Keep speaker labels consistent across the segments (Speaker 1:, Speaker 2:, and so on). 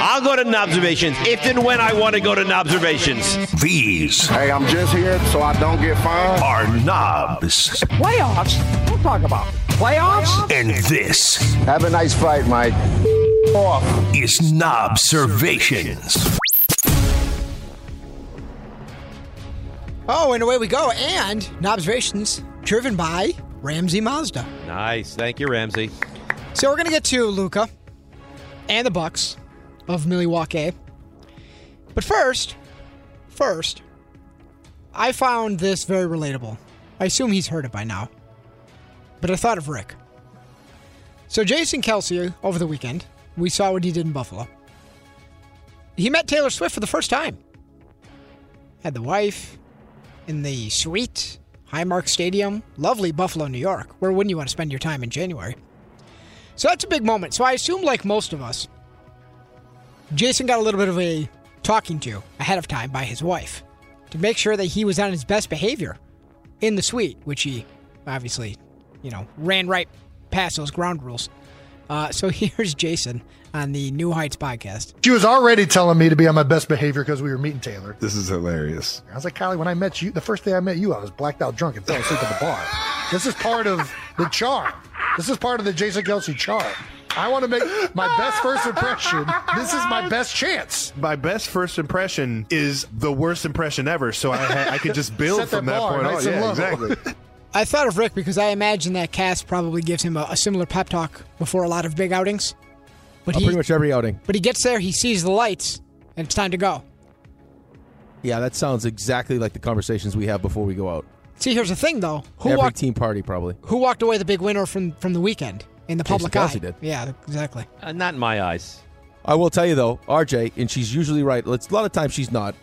Speaker 1: I'll go to Nobservations if and when I want to go to Nobservations.
Speaker 2: These
Speaker 3: Hey, I'm just here so I don't get fined.
Speaker 2: are knobs.
Speaker 4: Playoffs? We'll talk about playoffs.
Speaker 2: And this
Speaker 3: Have a nice fight, Mike. Off.
Speaker 2: is Knobservations.
Speaker 5: Oh, and away we go. And observations driven by Ramsey Mazda.
Speaker 1: Nice. Thank you, Ramsey.
Speaker 5: So we're gonna get to Luca and the Bucks of Milwaukee. But first, first, I found this very relatable. I assume he's heard it by now. But I thought of Rick. So Jason Kelsey over the weekend, we saw what he did in Buffalo. He met Taylor Swift for the first time. Had the wife in the suite, Highmark Stadium, lovely Buffalo, New York. Where wouldn't you want to spend your time in January? So that's a big moment. So I assume, like most of us, Jason got a little bit of a talking to ahead of time by his wife to make sure that he was on his best behavior in the suite, which he obviously, you know, ran right past those ground rules. Uh, so here's Jason on the New Heights podcast.
Speaker 6: She was already telling me to be on my best behavior because we were meeting Taylor.
Speaker 7: This is hilarious.
Speaker 6: I was like, Kylie, when I met you, the first day I met you, I was blacked out drunk and fell asleep at the bar. This is part of the charm. This is part of the Jason Kelsey charm. I want to make my best first impression. This is my best chance.
Speaker 7: My best first impression is the worst impression ever, so I, ha- I could just build
Speaker 6: Set
Speaker 7: from
Speaker 6: that
Speaker 7: that
Speaker 6: bar
Speaker 7: point
Speaker 6: nice
Speaker 7: on.
Speaker 6: and
Speaker 7: Yeah,
Speaker 6: low.
Speaker 7: exactly.
Speaker 5: I thought of Rick because I imagine that Cass probably gives him a, a similar pep talk before a lot of big outings. But
Speaker 8: Uh,
Speaker 5: he,
Speaker 8: pretty much every outing.
Speaker 5: but he gets there, he sees the lights, and it's time to go.
Speaker 8: Yeah, that sounds exactly like the conversations we have before we go out.
Speaker 5: See, here's the thing though: who
Speaker 8: every
Speaker 5: walked
Speaker 8: team party, probably.
Speaker 5: who walked away the big winner from from the weekend in the
Speaker 8: Jason
Speaker 5: public
Speaker 8: Kelce
Speaker 5: eye?
Speaker 8: did.
Speaker 5: Yeah, exactly.
Speaker 1: Uh, not in my eyes.
Speaker 8: I will tell you though, RJ, and she's usually right. Let's, a lot of times she's not.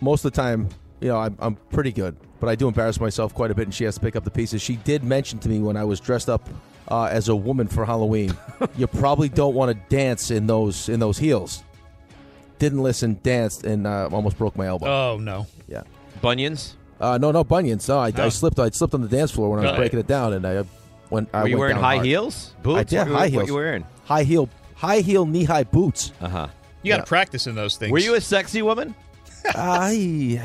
Speaker 8: Most of the time, you know, I'm, I'm pretty good, but I do embarrass myself quite a bit, and she has to pick up the pieces. She did mention to me when I was dressed up uh, as a woman for Halloween, you probably don't want to dance in those in those heels. Didn't listen, danced, and uh, almost broke my elbow.
Speaker 9: Oh no!
Speaker 8: yeah.
Speaker 1: Bunions? Oh.
Speaker 8: Uh, no, no bunions. No, I, I slipped. I slipped on the dance floor when I was
Speaker 9: Right.
Speaker 8: breaking it down, and I went. I
Speaker 1: Were you
Speaker 8: went
Speaker 1: wearing
Speaker 8: down
Speaker 1: high
Speaker 8: hard.
Speaker 1: heels? Boots?
Speaker 8: I did
Speaker 1: What-
Speaker 8: high
Speaker 1: what,
Speaker 8: heels.
Speaker 1: What you wearing?
Speaker 8: High heel, high heel, knee high boots.
Speaker 1: Uh huh.
Speaker 9: You got to practice in those things.
Speaker 1: Were you a sexy woman?
Speaker 8: I,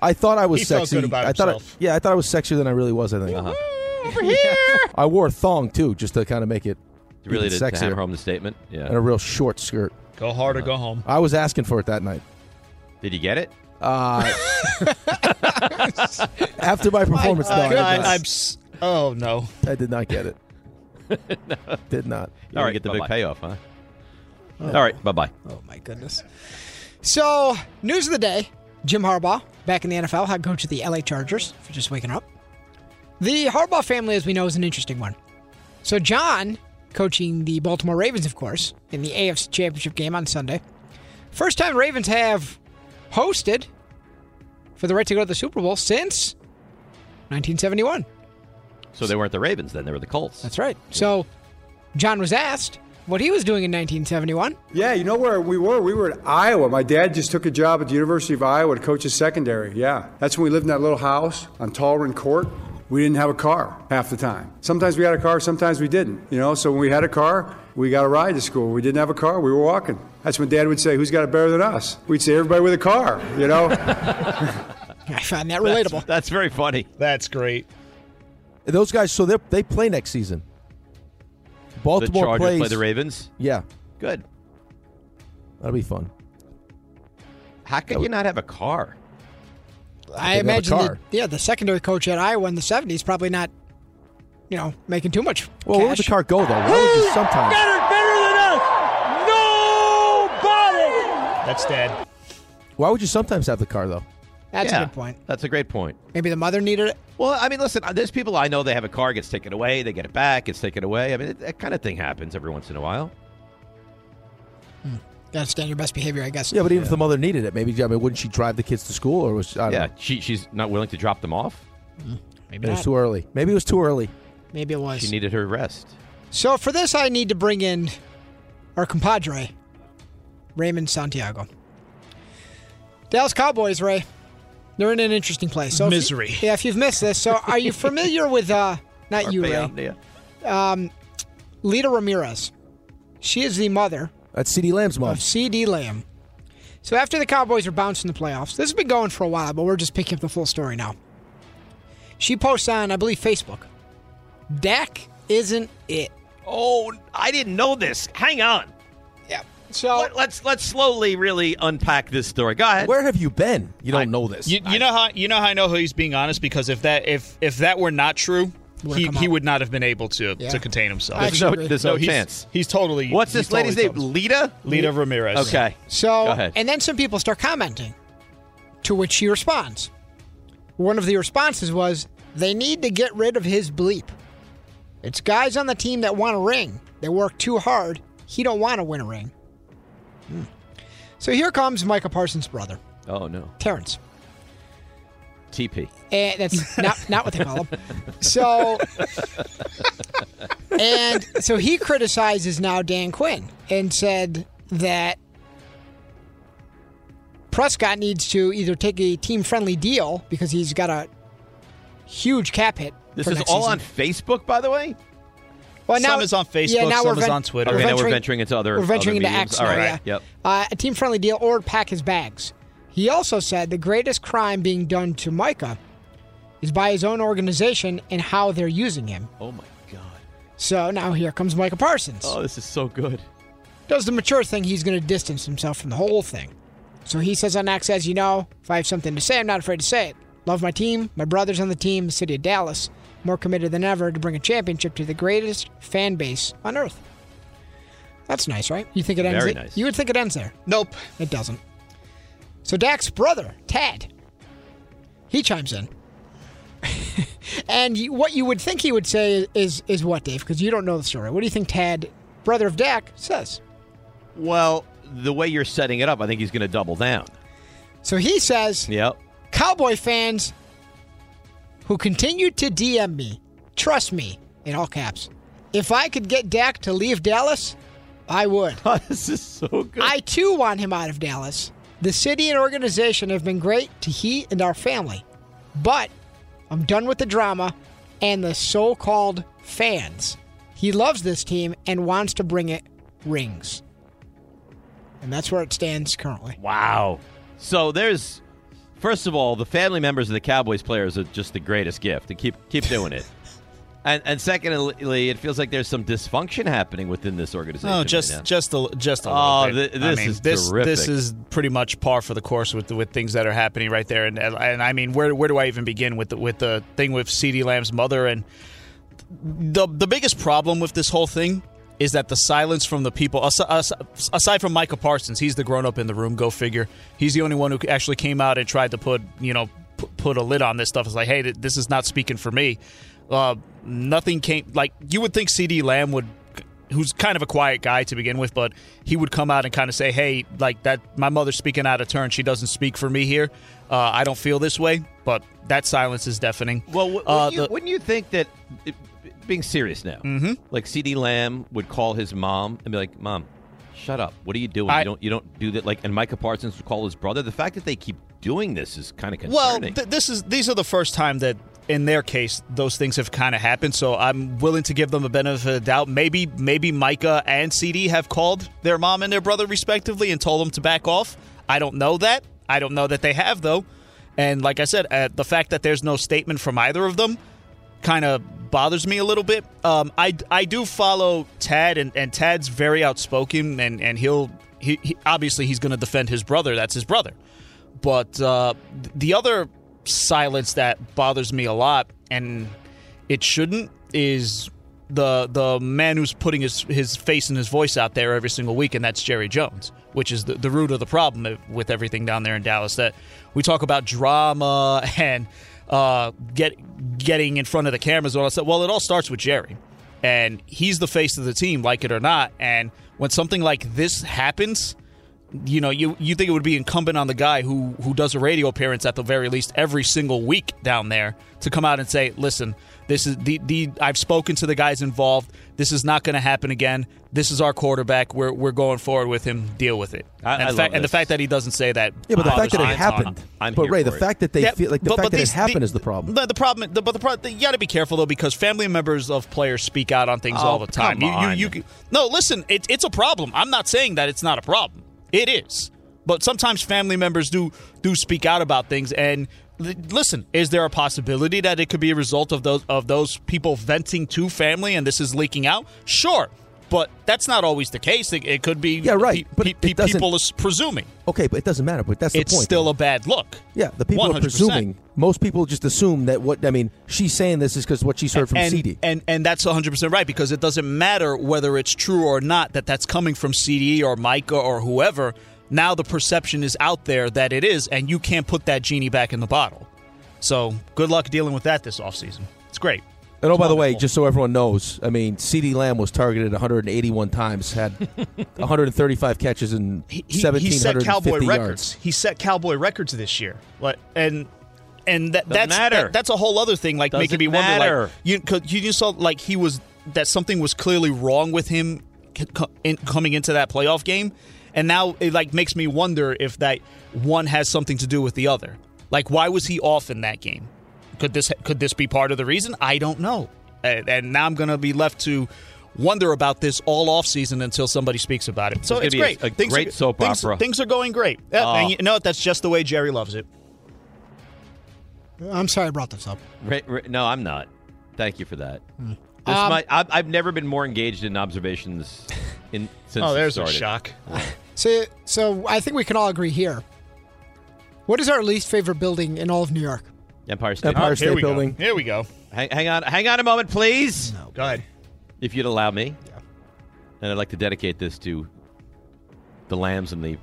Speaker 8: I thought I was
Speaker 9: He felt
Speaker 8: sexy.
Speaker 9: good about
Speaker 8: I thought, I,
Speaker 9: himself.
Speaker 8: yeah, I thought I was sexier than I really was. I think.
Speaker 1: Uh-huh.
Speaker 8: I wore a thong too, just to kind of make it
Speaker 1: Really
Speaker 8: even
Speaker 1: to, to
Speaker 8: sexier,
Speaker 1: hammer home the statement?
Speaker 8: and a
Speaker 1: Yeah. Uh,
Speaker 8: real short skirt.
Speaker 9: go hard or go home?
Speaker 8: I was asking for it that night.
Speaker 1: Did you get it?
Speaker 8: Uh, after my performance, no, I, did
Speaker 9: I,
Speaker 8: not.
Speaker 9: Oh I'm s- oh no!
Speaker 8: I did not get it. Did not.
Speaker 1: You didn't get the big payoff, huh? All right. Bye bye.
Speaker 5: Oh my goodness. So news of the day: Jim Harbaugh back in the NFL, head coach of the LA Chargers, for just waking up. The Harbaugh family, as we know, is an interesting one. So John, coaching the Baltimore Ravens, of course, in the AFC Championship game on Sunday. First time Ravens have hosted for the right to go to the Super Bowl since 1971.
Speaker 1: So they weren't the Ravens then; they were the Colts.
Speaker 5: That's right. So, John was asked what he was doing in 1971.
Speaker 10: Yeah, you know where we were? We were in Iowa. My dad just took a job at the University of Iowa to coach a secondary. Yeah. That's when we lived in that little house on Tallran Court. We didn't have a car half the time. Sometimes we had a car, sometimes we didn't. You know, so when we had a car, we got a ride to school. We didn't have a car, we were walking. That's when dad would say, Who's got it better than us? We'd say, Everybody with a car, you know?
Speaker 5: I find that
Speaker 1: That's-
Speaker 5: relatable.
Speaker 1: That's very funny.
Speaker 9: That's great.
Speaker 8: Those guys. So they they play next season.
Speaker 1: The
Speaker 8: Baltimore
Speaker 1: Chargers
Speaker 8: plays.
Speaker 1: play the Ravens.
Speaker 8: Yeah,
Speaker 1: Good.
Speaker 8: that'll be fun.
Speaker 1: How could you not have a car?
Speaker 5: I
Speaker 8: They'd have a
Speaker 5: imagine, the,
Speaker 8: car.
Speaker 5: yeah, the secondary coach at Iowa in the 70s probably not you know, making too much.
Speaker 8: Well, where would the
Speaker 5: cash.
Speaker 8: car go though? Why would you sometimes?
Speaker 11: Better, better than us. Nobody.
Speaker 9: That's dad.
Speaker 8: Why would you sometimes have the car though?
Speaker 5: That's
Speaker 1: Yeah,
Speaker 5: a good point.
Speaker 1: That's a great point.
Speaker 5: Maybe the mother needed it.
Speaker 1: Well, I mean, listen, uh, there's people I know they have a car, gets taken away, they get it back, gets taken away. I mean, it, that kind of thing happens every once in a while.
Speaker 5: Gotta stand your best behavior, I guess.
Speaker 8: Yeah, but even if the mother needed it, maybe I mean, wouldn't she drive the kids to school or was I don't
Speaker 1: Yeah,
Speaker 8: know.
Speaker 1: she, she's not willing to drop them off.
Speaker 5: Maybe
Speaker 8: It was
Speaker 5: not.
Speaker 8: too early. Maybe it was too early.
Speaker 5: Maybe it was.
Speaker 1: She needed her rest.
Speaker 5: So for this, I need to bring in our compadre, Raymond Santiago. Dallas Cowboys, Ray. They're in an interesting place. So if you-
Speaker 9: Misery.
Speaker 5: yeah, if you've missed this, so are you familiar with uh not you, Ray? Um, Lita Ramirez. She is the mother
Speaker 8: That's C.D. Lamb's mom.
Speaker 5: of C.D. Lamb. So after the Cowboys are bouncing the playoffs, this has been going for a while, but we're just picking up the full story now. She posts on, I believe, Facebook. Dak isn't it.
Speaker 1: Oh, I didn't know this. Hang on.
Speaker 5: Yeah. So
Speaker 1: Let, let's let's slowly really unpack this story. Go ahead.
Speaker 8: Where have you been? You don't know this.
Speaker 9: You, you know how you know how I know he's being honest because if that if if that were not true,
Speaker 5: Would've
Speaker 9: he,
Speaker 5: come
Speaker 9: he
Speaker 5: out.
Speaker 9: would not have been able to
Speaker 5: Yeah.
Speaker 9: to contain himself.
Speaker 5: I
Speaker 1: There's no,
Speaker 5: agree.
Speaker 1: there's no,
Speaker 9: he's-
Speaker 1: chance.
Speaker 9: He's totally.
Speaker 1: What's
Speaker 9: he's
Speaker 1: this lady's
Speaker 9: totally
Speaker 1: name? Lita.
Speaker 9: Lita Ramirez.
Speaker 1: Okay.
Speaker 5: So,
Speaker 1: Go ahead.
Speaker 5: and then some people start commenting, to which she responds. One of the responses was, they need to get rid of his bleep. It's guys on the team that want a ring. They work too hard. He don't want to win a ring. Hmm. So here comes Micah Parsons' brother,
Speaker 1: Oh no.
Speaker 5: Terrence.
Speaker 1: TP.
Speaker 5: And that's not not what they call him. So and so he criticizes now Dan Quinn and said that Prescott needs to either take a team friendly deal because he's got a huge cap hit.
Speaker 1: This
Speaker 5: for
Speaker 1: is
Speaker 5: next
Speaker 1: all
Speaker 5: season.
Speaker 1: on Facebook, by the way.
Speaker 5: Well,
Speaker 9: Some is on Facebook, some is on Twitter.
Speaker 1: Okay, now we're venturing into other-
Speaker 5: We're
Speaker 1: other
Speaker 5: venturing into
Speaker 1: mediums.
Speaker 5: X.
Speaker 1: All
Speaker 5: now,
Speaker 1: right,
Speaker 5: yeah.
Speaker 1: yep.
Speaker 5: Uh, a team friendly deal or pack his bags. He also said the greatest crime being done to Micah is by his own organization and how they're using him.
Speaker 1: Oh my god.
Speaker 5: So now here comes Micah Parsons.
Speaker 1: Oh, this is so good.
Speaker 5: Does the mature thing, he's going to distance himself from the whole thing. So he says on X, as you know, if I have something to say, I'm not afraid to say it. Love my team, my brothers on the team, the city of Dallas. More committed than ever to bring a championship to the greatest fan base on earth. That's nice, right? You think it ends?
Speaker 1: Very
Speaker 5: there?
Speaker 1: nice.
Speaker 5: You would think it ends there.
Speaker 9: Nope.
Speaker 5: It doesn't. So Dak's brother, Tad, he chimes in. and you, what you would think he would say is is what, Dave? Because you don't know the story. What do you think Tad, brother of Dak, says?
Speaker 1: Well, the way you're setting it up, I think he's going to double down.
Speaker 5: So he says,
Speaker 1: Yep.
Speaker 5: Cowboy fans who continue to DM me, trust me, in all caps, if I could get Dak to leave Dallas, I would.
Speaker 1: this is so good.
Speaker 5: I too want him out of Dallas. The city and organization have been great to he and our family. But I'm done with the drama and the so called fans. He loves this team and wants to bring it rings. And that's where it stands currently.
Speaker 1: Wow. So there's first of all, the family members of the Cowboys players are just the greatest gift, and keep keep doing it. And and secondly, it feels like there's some dysfunction happening within this organization.
Speaker 9: No,
Speaker 1: right
Speaker 9: just
Speaker 1: now.
Speaker 9: Oh, just a just a
Speaker 1: Oh,
Speaker 9: little bit.
Speaker 1: thi-
Speaker 9: I
Speaker 1: this
Speaker 9: mean,
Speaker 1: is
Speaker 9: this this
Speaker 1: terrific.
Speaker 9: is pretty much par for the course with with things that are happening right there. And and, and I mean, where where do I even begin with the, with the thing with C.D. Lamb's mother and the the biggest problem with this whole thing is that the silence from the people as- as- aside from Micah Parsons, he's the grown up in the room. Go figure. He's the only one who actually came out and tried to put you know pu- put a lid on this stuff. It's like, hey, th- this is not speaking for me. Uh, nothing came like you would think. C.D. Lamb would, who's kind of a quiet guy to begin with, but he would come out and kind of say, hey, like that. My mother's speaking out of turn. She doesn't speak for me here. Uh, I don't feel this way. But that silence is deafening.
Speaker 1: Well, w-
Speaker 9: Uh,
Speaker 1: wouldn't, you,
Speaker 9: the- Mm-hmm.
Speaker 1: wouldn't you think that, it- it- being serious now, like C.D. Lamb would call his mom and be like, "Mom, shut up. What are you doing?
Speaker 9: I-
Speaker 1: you don't you don't do that." Like, and Micah Parsons would call his brother. The fact that they keep doing this is kind of
Speaker 9: Well,
Speaker 1: concerning.
Speaker 9: th- this is these are the first time that in their case those things have kind of happened. So I'm willing to give them a benefit of the doubt. Maybe maybe Micah and CD have called their mom and their brother respectively and told them to back off. I don't know that. I don't know that they have though. And like I said, uh, the fact that there's no statement from either of them kind of bothers me a little bit. Um, I I do follow Tad, and, and Tad's very outspoken, and and he'll he, he obviously he's going to defend his brother. That's his brother. But uh, th- the other silence that bothers me a lot, and it shouldn't, is the the man who's putting his his face and his voice out there every single week, and that's Jerry Jones, which is the, the root of the problem with everything down there in Dallas. That we talk about drama and uh, get getting in front of the cameras and all that stuff. Well, it all starts with Jerry, and he's the face of the team, like it or not. And when something like this happens, you know, you you think it would be incumbent on the guy who who does a radio appearance at the very least every single week down there to come out and say, "Listen, this is the the I've spoken to the guys involved. This is not going to happen again. This is our quarterback. We're we're going forward with him. Deal with it."
Speaker 1: I-
Speaker 9: and,
Speaker 1: I
Speaker 9: the
Speaker 1: love
Speaker 9: fact, and the
Speaker 1: this.
Speaker 9: fact that he doesn't say that.
Speaker 8: Yeah, but the
Speaker 9: bothers
Speaker 8: fact that
Speaker 9: me
Speaker 8: it
Speaker 9: a ton.
Speaker 8: happened. but Ray, the fact that they
Speaker 9: Yeah,
Speaker 8: feel like the
Speaker 9: but-
Speaker 8: fact
Speaker 9: but
Speaker 8: that
Speaker 9: these-
Speaker 8: it happened
Speaker 9: the-
Speaker 8: is the problem.
Speaker 9: The, the problem, the, but the, pro- you got to be careful though because family members of players speak out on things
Speaker 1: Oh,
Speaker 9: all the time.
Speaker 1: come
Speaker 9: You- you,
Speaker 1: on.
Speaker 9: you, c- no, listen, it, it's a problem. I'm not saying that it's not a problem. It is, but sometimes family members do do speak out about things. And l- listen, is there a possibility that it could be a result of those of those people venting to family and this is leaking out? Sure, but that's not always the case. It, it could be. Yeah, right. but people is presuming
Speaker 8: Okay, but it doesn't matter. But that's
Speaker 9: it's
Speaker 8: the point.
Speaker 9: still a bad look.
Speaker 8: yeah, the people are
Speaker 9: 100%.
Speaker 8: presuming. Most people just assume that what I mean, she's saying this is because what she's heard from
Speaker 9: and,
Speaker 8: CD.
Speaker 9: And and that's 100% right because it doesn't matter whether it's true or not that that's coming from CD or Micah or whoever. Now the perception is out there that it is and you can't put that genie back in the bottle. So, good luck dealing with that this offseason. It's great.
Speaker 8: And oh, by the way, just so everyone knows, I mean, CD Lamb was targeted 181 times, had 135 catches and
Speaker 9: He-
Speaker 8: 1750
Speaker 9: he set cowboy
Speaker 8: yards.
Speaker 9: records. He set cowboy records this year. Like and and that,
Speaker 1: Doesn't
Speaker 9: that's
Speaker 1: matter.
Speaker 9: that- that's a whole other thing. Like
Speaker 1: Doesn't
Speaker 9: making me wonder. Like
Speaker 1: matter.
Speaker 9: you, 'cause you just saw like he was that something was clearly wrong with him c- co- in, coming into that playoff game, and now it like makes me wonder if that one has something to do with the other. Like why was he off in that game? Could this could this be part of the reason? I don't know. And, and now I'm gonna be left to. Wonder about this all off season until somebody speaks about it. So
Speaker 1: It's
Speaker 9: it's
Speaker 1: gonna
Speaker 9: great.
Speaker 1: be a- a
Speaker 9: things
Speaker 1: great
Speaker 9: are,
Speaker 1: soap
Speaker 9: things-
Speaker 1: opera.
Speaker 9: Things are going great. Yeah,
Speaker 1: Oh.
Speaker 9: and you know what? That's just the way Jerry loves it.
Speaker 5: I'm sorry I brought this up.
Speaker 1: Ra- ra- no, I'm not. Thank you for that.
Speaker 9: Hmm.
Speaker 1: This
Speaker 5: Um,
Speaker 1: might, I've, I've never been more engaged in observations in since.
Speaker 9: Oh,
Speaker 1: it
Speaker 9: there's a
Speaker 1: started.
Speaker 9: shock.
Speaker 5: So, so I think we can all agree here. What is our least favorite building in all of New York?
Speaker 1: Empire State.
Speaker 8: Empire Oh, here State we go. Building.
Speaker 9: Here we go.
Speaker 1: Hang, hang on, hang on a moment, please. No,
Speaker 9: go ahead.
Speaker 1: If you'd allow me, and I'd like to dedicate this to the Lambs and the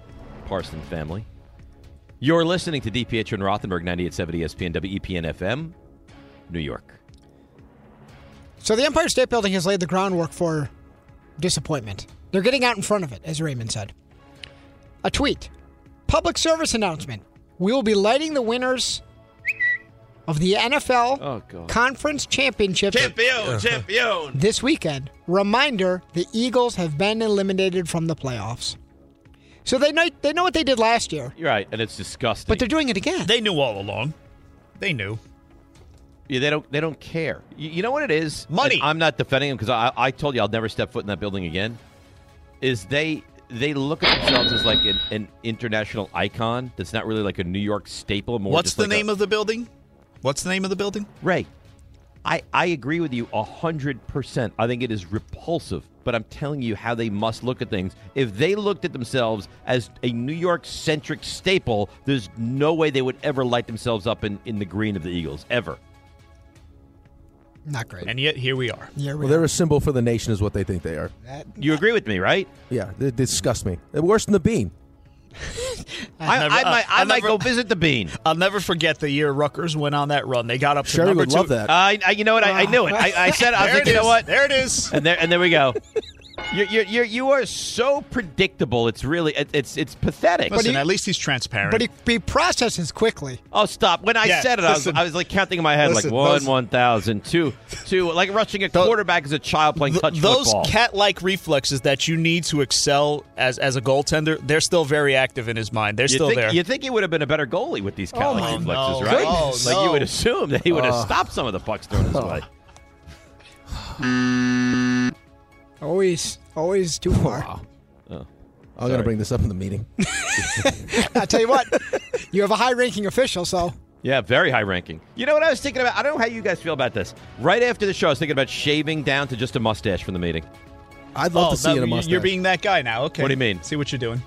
Speaker 1: Parson family. You're listening to DPH and Rothenberg, E 98.7 ESPN, WEPN FM, New York.
Speaker 5: So the Empire State Building has laid the groundwork for disappointment. They're getting out in front of it, as Raymond said. A tweet, public service announcement. We will be lighting the winners of the NFL Conference Championship
Speaker 1: Champion, champion.
Speaker 5: this weekend. Reminder: the Eagles have been eliminated from the playoffs. So they know they know what they did last year,
Speaker 1: You're right, and it's disgusting.
Speaker 5: but they're doing it again.
Speaker 9: They knew all along. They knew.
Speaker 1: Yeah, they don't. They don't care. You, you know what it is?
Speaker 9: Money.
Speaker 1: And I'm not defending them because I, I told you I'll never step foot in that building again. Is they they look at themselves as like an, an international icon that's not really like a New York staple. More.
Speaker 9: What's
Speaker 1: just
Speaker 9: the
Speaker 1: like
Speaker 9: name
Speaker 1: a,
Speaker 9: of the building? What's the name of the building?
Speaker 1: Ray? I I agree with you hundred percent. I think it is repulsive, but I'm telling you how they must look at things. If they looked at themselves as a New York centric staple, there's no way they would ever light themselves up in in the green of the Eagles ever.
Speaker 5: Not great.
Speaker 9: And yet here we are.
Speaker 5: Yeah,
Speaker 8: well, they're a symbol for the nation, is what they think they are.
Speaker 1: You agree with me, right?
Speaker 8: Yeah, they disgust me. They're worse than the bean.
Speaker 1: I,
Speaker 9: Never-
Speaker 1: I might, I
Speaker 9: I'll
Speaker 1: might
Speaker 9: never-
Speaker 1: go visit the Bean.
Speaker 9: I'll never forget the year Rutgers went on that run. They got up to
Speaker 8: Sherry
Speaker 9: number
Speaker 8: would
Speaker 9: two.
Speaker 8: love that.
Speaker 1: I, I, you know what? I, I knew it. I, I said, I was
Speaker 9: There
Speaker 1: like,
Speaker 9: it
Speaker 1: you know
Speaker 9: is.
Speaker 1: what?
Speaker 9: There it is.
Speaker 1: And there, and there we go. You're, you're, you're, you are so predictable. It's really, it, it's, it's pathetic.
Speaker 9: Listen, at least he's transparent.
Speaker 5: But he, he processes quickly.
Speaker 1: Oh, stop! When I
Speaker 9: Yeah,
Speaker 1: said it, I was,
Speaker 9: listen.
Speaker 1: I was like counting in my head,
Speaker 9: Listen,
Speaker 1: like one,
Speaker 9: those-
Speaker 1: one thousand, two, two, like rushing a quarterback as a child playing
Speaker 9: Th-
Speaker 1: touch
Speaker 9: those
Speaker 1: football.
Speaker 9: cat-like reflexes that you need to excel as as a goaltender, they're still very active in his mind. They're
Speaker 1: you
Speaker 9: still
Speaker 1: think,
Speaker 9: there.
Speaker 1: You think he would have been a better goalie with these cat
Speaker 9: my
Speaker 1: like reflexes,
Speaker 9: no.
Speaker 1: right?
Speaker 9: Goodness.
Speaker 1: Like you would
Speaker 9: No.
Speaker 1: assume that he would have
Speaker 8: Uh.
Speaker 1: stopped some of the pucks thrown his way.
Speaker 5: Always, always too far.
Speaker 9: Oh,
Speaker 8: I'm going to bring this up in the meeting.
Speaker 5: I tell you what, you have a high-ranking official, so
Speaker 1: Yeah, very high ranking. You know what I was thinking about? I don't know how you guys feel about this. Right after the show, I was thinking about shaving down to just a mustache from the meeting.
Speaker 8: I'd love
Speaker 9: Oh,
Speaker 8: to see it in a
Speaker 9: that-
Speaker 8: mustache.
Speaker 9: You're being that guy now. Okay.
Speaker 1: What do you mean?
Speaker 9: See what you're doing.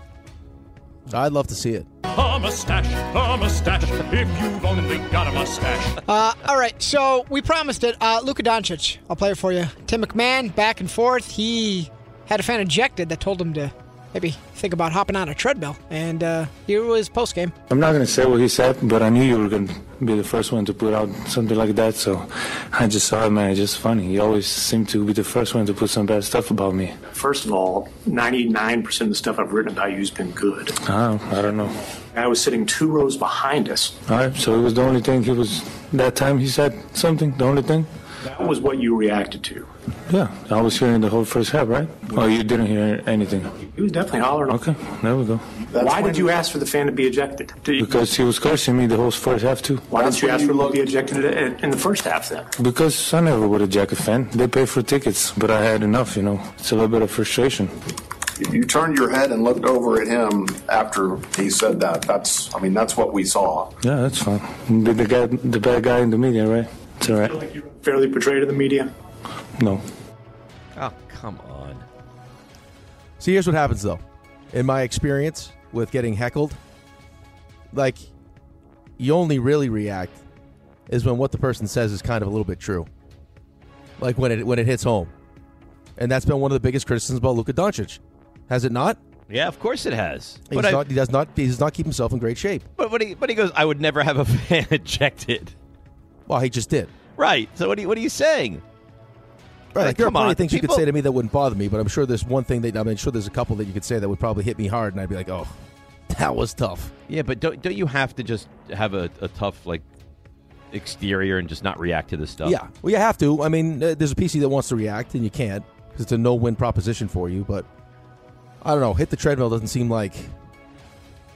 Speaker 8: I'd love to see it.
Speaker 12: A mustache, a mustache, if you've only got a mustache.
Speaker 5: Uh, all right, so we promised it. Uh, Luka Doncic, I'll play it for you. Tim McMahon, back and forth. He had a fan ejected that told him to maybe think about hopping on a treadmill. And uh, here was post game.
Speaker 13: I'm not going to say what he said, but I knew you were going to be the first one to put out something like that, so I just thought, man, it's just funny. You always seem to be the first one to put some bad stuff about me.
Speaker 14: First of all, 99% of the stuff I've written about you has been good.
Speaker 13: I don't, I don't know.
Speaker 14: I was sitting two rows behind us.
Speaker 13: All right, so it was the only thing he was, that time he said something, the only thing?
Speaker 14: That was what you reacted to.
Speaker 13: Yeah, I was hearing the whole first half, right? Oh, you didn't hear anything.
Speaker 14: He was definitely hollering.
Speaker 13: Okay, there we go.
Speaker 14: Why did you ask for the fan to be ejected? Did you-
Speaker 13: Because he was cursing me the whole first half, too.
Speaker 14: Why didn't you ask for him to be ejected in- in the first half then?
Speaker 13: Because I never would have jacket fan. They pay for tickets, but I had enough, you know. It's a little bit of frustration.
Speaker 15: You turned your head and looked over at him after he said that. That's, I mean, that's what we saw.
Speaker 13: Yeah, that's fine. The, the guy, the bad guy in the media, right? It's all right.
Speaker 14: Fairly portrayed in the media.
Speaker 13: No.
Speaker 1: Oh, come on.
Speaker 8: See, here's what happens though. In my experience with getting heckled, like you only really react is when what the person says is kind of a little bit true. Like when it when it hits home. And that's been one of the biggest criticisms about Luka Doncic. Has it not?
Speaker 1: Yeah, of course it has.
Speaker 8: He's
Speaker 1: I-
Speaker 8: not he does not he does not keep himself in great shape.
Speaker 1: But but he, but he goes, I would never have a fan ejected.
Speaker 8: Well, he just did.
Speaker 1: Right. So what are you, what are you saying?
Speaker 8: Right,
Speaker 1: Like,
Speaker 8: like, there are
Speaker 1: come
Speaker 8: plenty
Speaker 1: on,
Speaker 8: of things you
Speaker 1: people-
Speaker 8: could say to me that wouldn't bother me, but I'm sure there's one thing that I'm sure there's a couple that you could say that would probably hit me hard, and I'd be like, "Oh, that was tough."
Speaker 1: Yeah, but don't don't you have to just have a, a tough like exterior and just not react to this stuff?
Speaker 8: Yeah, well, you have to. I mean, uh, there's a PC that wants to react, and you can't because it's a no-win proposition for you. But I don't know. Hit the treadmill doesn't seem like,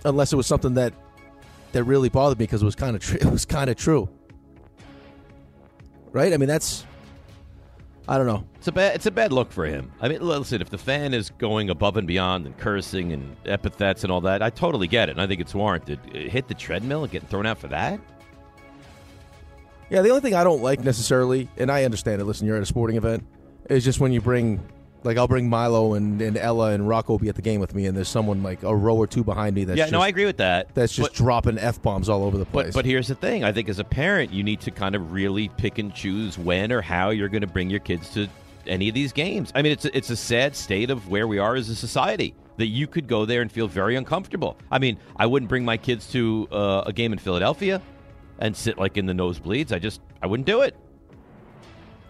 Speaker 8: unless it was something that that really bothered me because it was kind of tr- it was kind of true, right? I mean, that's I don't know.
Speaker 1: It's a bad it's a bad look for him. I mean, listen, if the fan is going above and beyond and cursing and epithets and all that, I totally get it, and I think it's warranted. Uh, Hit the treadmill and getting thrown out for that?
Speaker 8: Yeah, the only thing I don't like necessarily, and I understand it. Listen, you're at a sporting event, is just when you bring, like, I'll bring Milo and, and Ella and Rocco will be at the game with me, and there's someone like a row or two behind me that's
Speaker 1: yeah,
Speaker 8: just,
Speaker 1: no, I agree with that.
Speaker 8: that's just dropping f bombs all over the place.
Speaker 1: But but here's the thing. I think as a parent, you need to kind of really pick and choose when or how you're going to bring your kids to any of these games. I mean, it's a, it's a sad state of where we are as a society that you could go there and feel very uncomfortable. I mean, I wouldn't bring my kids to uh, a game in Philadelphia and sit like in the nosebleeds. I just I wouldn't do it.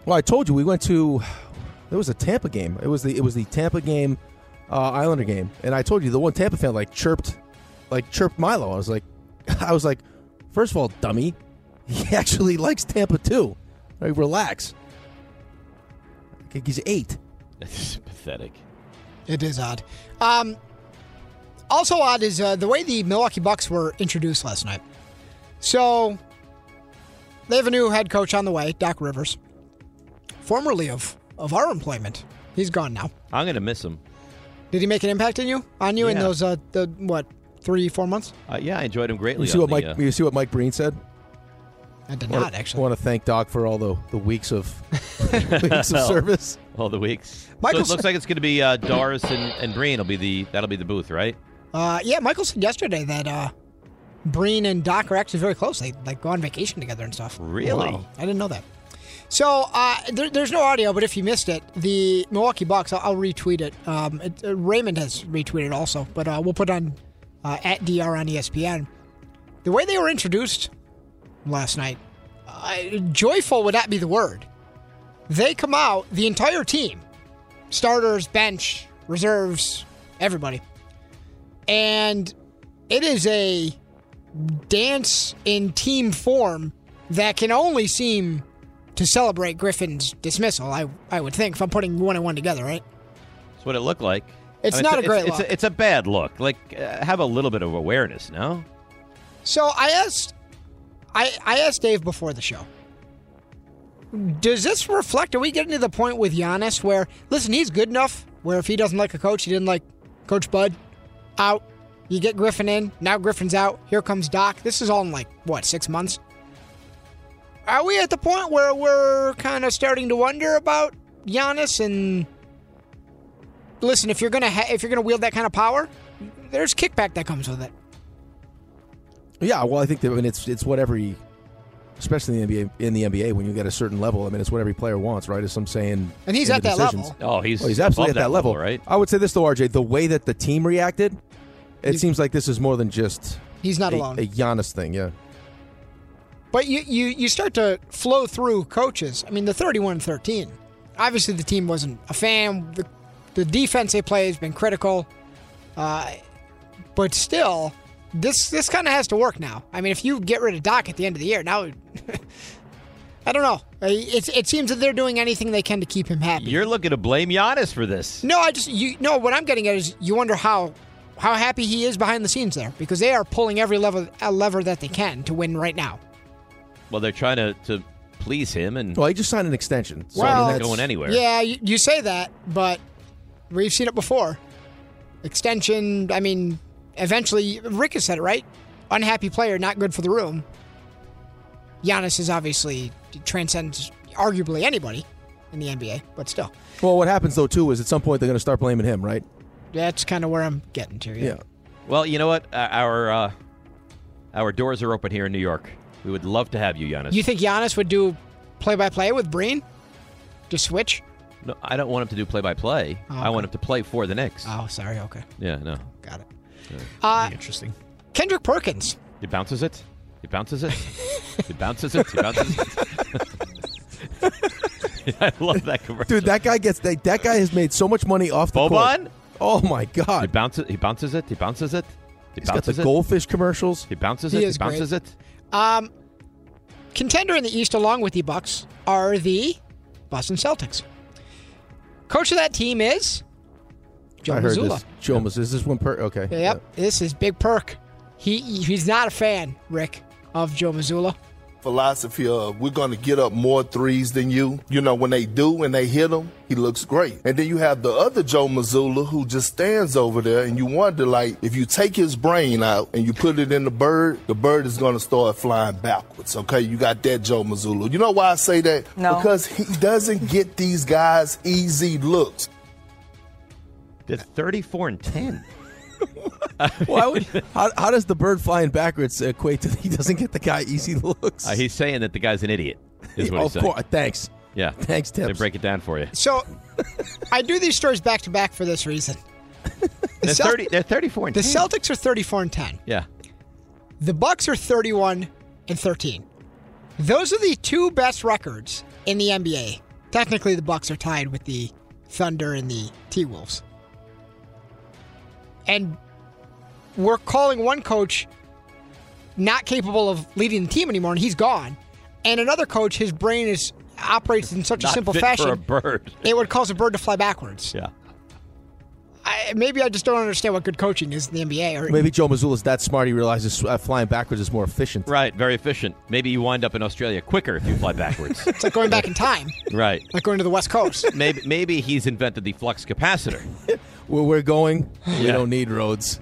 Speaker 8: Well, I told you we went to. It was a Tampa game. It was the it was the Tampa game, uh, Islander game, and I told you the one Tampa fan like chirped, like chirped Milo. I was like, I was like, first of all, dummy, he actually likes Tampa too. Like, relax. Like, He's eight.
Speaker 1: It's pathetic.
Speaker 5: It is odd. Um, also odd is uh, the way the Milwaukee Bucks were introduced last night. So they have a new head coach on the way, Doc Rivers, formerly of of our employment. He's gone now.
Speaker 1: I'm going to miss them.
Speaker 5: Did he make an impact on you? On you in
Speaker 1: Yeah.
Speaker 5: those uh, the what three four months?
Speaker 1: Uh, yeah, I enjoyed them greatly.
Speaker 8: You see
Speaker 1: on
Speaker 8: what
Speaker 1: the,
Speaker 8: Mike?
Speaker 1: uh,
Speaker 8: You see what Mike Breen said?
Speaker 5: I did
Speaker 8: Wanna-
Speaker 5: not actually.
Speaker 8: want to thank Doc for all the, the weeks of weeks of service.
Speaker 1: all the weeks.
Speaker 5: Michael
Speaker 1: so it looks
Speaker 5: said-
Speaker 1: like it's going to be uh, Doris and, and Breen. will be the that'll be the booth, right?
Speaker 5: Uh, yeah, Michael said yesterday that uh, Breen and Doc are actually very close. They like go on vacation together and stuff.
Speaker 1: Really? Wow.
Speaker 5: I didn't know that. So uh, there, there's no audio, but if you missed it, the Milwaukee Bucks. I'll, I'll retweet it. Um, it- uh, Raymond has retweeted also, but uh, we'll put on uh, at dr on ESPN. The way they were introduced last night, uh, joyful would not be the word. They come out, the entire team, starters, bench, reserves, everybody and it is a dance in team form that can only seem to celebrate Griffin's dismissal. I I would think if I'm putting one and one together, right?
Speaker 1: That's what it looked like.
Speaker 5: It's not a great
Speaker 1: it's,
Speaker 5: look.
Speaker 1: It's a, it's a bad look. Like, uh, have a little bit of awareness, no?
Speaker 5: So I asked, I I asked Dave before the show. Does this reflect? Are we getting to the point with Giannis where listen, he's good enough. Where if he doesn't like a coach, he didn't like Coach Bud. Out, you get Griffin in. Now Griffin's out. Here comes Doc. This is all in like what six months. Are we at the point where we're kind of starting to wonder about Giannis? And listen, if you're gonna ha- if you're gonna wield that kind of power, there's kickback that comes with it.
Speaker 8: Yeah, well, I think that I mean it's it's what every, especially in the NBA, in the NBA when you get a certain level, I mean it's what every player wants, right? As some saying,
Speaker 5: And he's
Speaker 8: in
Speaker 5: at
Speaker 8: the
Speaker 5: that
Speaker 8: decisions.
Speaker 5: level.
Speaker 1: Oh, he's
Speaker 8: he's absolutely at
Speaker 1: above
Speaker 8: that,
Speaker 1: that
Speaker 8: level,
Speaker 1: level, right?
Speaker 8: I would say this though, RJ, the way that the team reacted, it seems like this is more than just
Speaker 5: He's not
Speaker 8: a,
Speaker 5: alone.
Speaker 8: a Giannis thing, yeah.
Speaker 5: But you, you, you start to flow through coaches. I mean, the 31 13. Obviously, the team wasn't a fan. The, the defense they play has been critical. Uh, but still, this this kind of has to work now. I mean, if you get rid of Doc at the end of the year, now, I don't know. Uh, It, it seems that they're doing anything they can to keep him happy.
Speaker 1: You're looking to blame Giannis for this.
Speaker 5: No, I just you no. What I'm getting at is you wonder how how happy he is behind the scenes there because they are pulling every level uh, lever that they can to win right now.
Speaker 1: Well, they're trying to, to please him, and
Speaker 8: Well, he just signed an extension.
Speaker 1: so he's not going anywhere.
Speaker 5: Yeah, you, you say that, but we've seen it before. Extension. I mean, eventually, Rick has said it right. Unhappy player, not good for the room. Giannis is obviously transcends arguably anybody in the NBA, but still,
Speaker 8: Well, what happens though too is at some point they're going to start blaming him, right?
Speaker 5: that's kind of where I'm getting to. Yeah.
Speaker 1: Well, you know what? Uh, Our uh, our doors are open here in New York. We would love to have you, Giannis.
Speaker 5: You think Giannis would do play by play with Breen? Just switch?
Speaker 1: no, I don't want him to do play by play.
Speaker 5: Oh,
Speaker 1: I want him to play for the Knicks.
Speaker 5: Oh, sorry. Okay.
Speaker 1: Yeah, no.
Speaker 5: Got it.
Speaker 1: Uh,
Speaker 5: Uh, Kendrick Perkins.
Speaker 1: he bounces it. He bounces it. he bounces it. He bounces it. I love that commercial.
Speaker 8: Dude, that guy gets that, that guy has made so much money off the
Speaker 1: Boban?
Speaker 8: court. Oh my god.
Speaker 1: He bounces. He bounces it. He bounces it. He
Speaker 8: He's got
Speaker 1: bounces
Speaker 8: the
Speaker 1: it.
Speaker 8: goldfish commercials.
Speaker 1: He bounces
Speaker 5: He
Speaker 1: it.
Speaker 5: is
Speaker 1: He bounces it.
Speaker 5: Um, contender in the East, along with the Bucks, are the Boston Celtics. Coach of that team is Joe
Speaker 8: I heard
Speaker 5: Mazzulla.
Speaker 8: this. Joe Mazzulla. Is this one per? Okay.
Speaker 5: Yep, this is Big Perk. He he's not a fan, Rick, of Joe Missoula.
Speaker 16: philosophy of we're going to get up more threes than you. You know, when they do and they hit him, he looks great. And then you have the other Joe Missoula who just stands over there and you wonder, like, if you take his brain out and you put it in the bird, the bird is going to start flying backwards. Okay. You got that Joe Missoula. You know why I say that?
Speaker 6: No.
Speaker 16: Because he doesn't get these guys easy looks.
Speaker 1: Did 34 and 10.
Speaker 8: Why would, how, how does the bird flying backwards equate to he doesn't get the guy easy looks?
Speaker 1: Uh, he's saying that the guy's an idiot. Is what
Speaker 8: Oh,
Speaker 1: he's
Speaker 8: of
Speaker 1: saying.
Speaker 8: course. Thanks.
Speaker 1: Yeah.
Speaker 8: Thanks,
Speaker 1: They
Speaker 8: tips.
Speaker 1: break it down for you.
Speaker 5: So I do these stories back to back for this reason. The
Speaker 1: They're
Speaker 5: Celt-
Speaker 1: 30 they're 34 and
Speaker 5: The
Speaker 1: 10.
Speaker 5: Celtics are 34 and 10.
Speaker 1: Yeah.
Speaker 5: The Bucks are 31 and 13. Those are the two best records in the NBA. Technically, the Bucks are tied with the Thunder and the T Wolves. And we're calling one coach not capable of leading the team anymore, and he's gone. And another coach, his brain is operates in such a
Speaker 1: Not
Speaker 5: simple
Speaker 1: fit
Speaker 5: fashion.
Speaker 1: for a bird.
Speaker 5: It would cause a bird to fly backwards.
Speaker 1: Yeah.
Speaker 5: I, maybe I just don't understand what good coaching is in the NBA. Or
Speaker 8: Maybe Joe Mazzulla's that smart. He realizes uh, flying backwards is more efficient.
Speaker 1: Right. Very efficient. Maybe you wind up in Australia quicker if you fly backwards.
Speaker 5: it's like going back in time,
Speaker 1: right.
Speaker 5: like going to the West Coast.
Speaker 1: Maybe maybe he's invented the flux capacitor.
Speaker 8: Where we're going, we
Speaker 1: Yeah. Ah.
Speaker 8: don't need roads.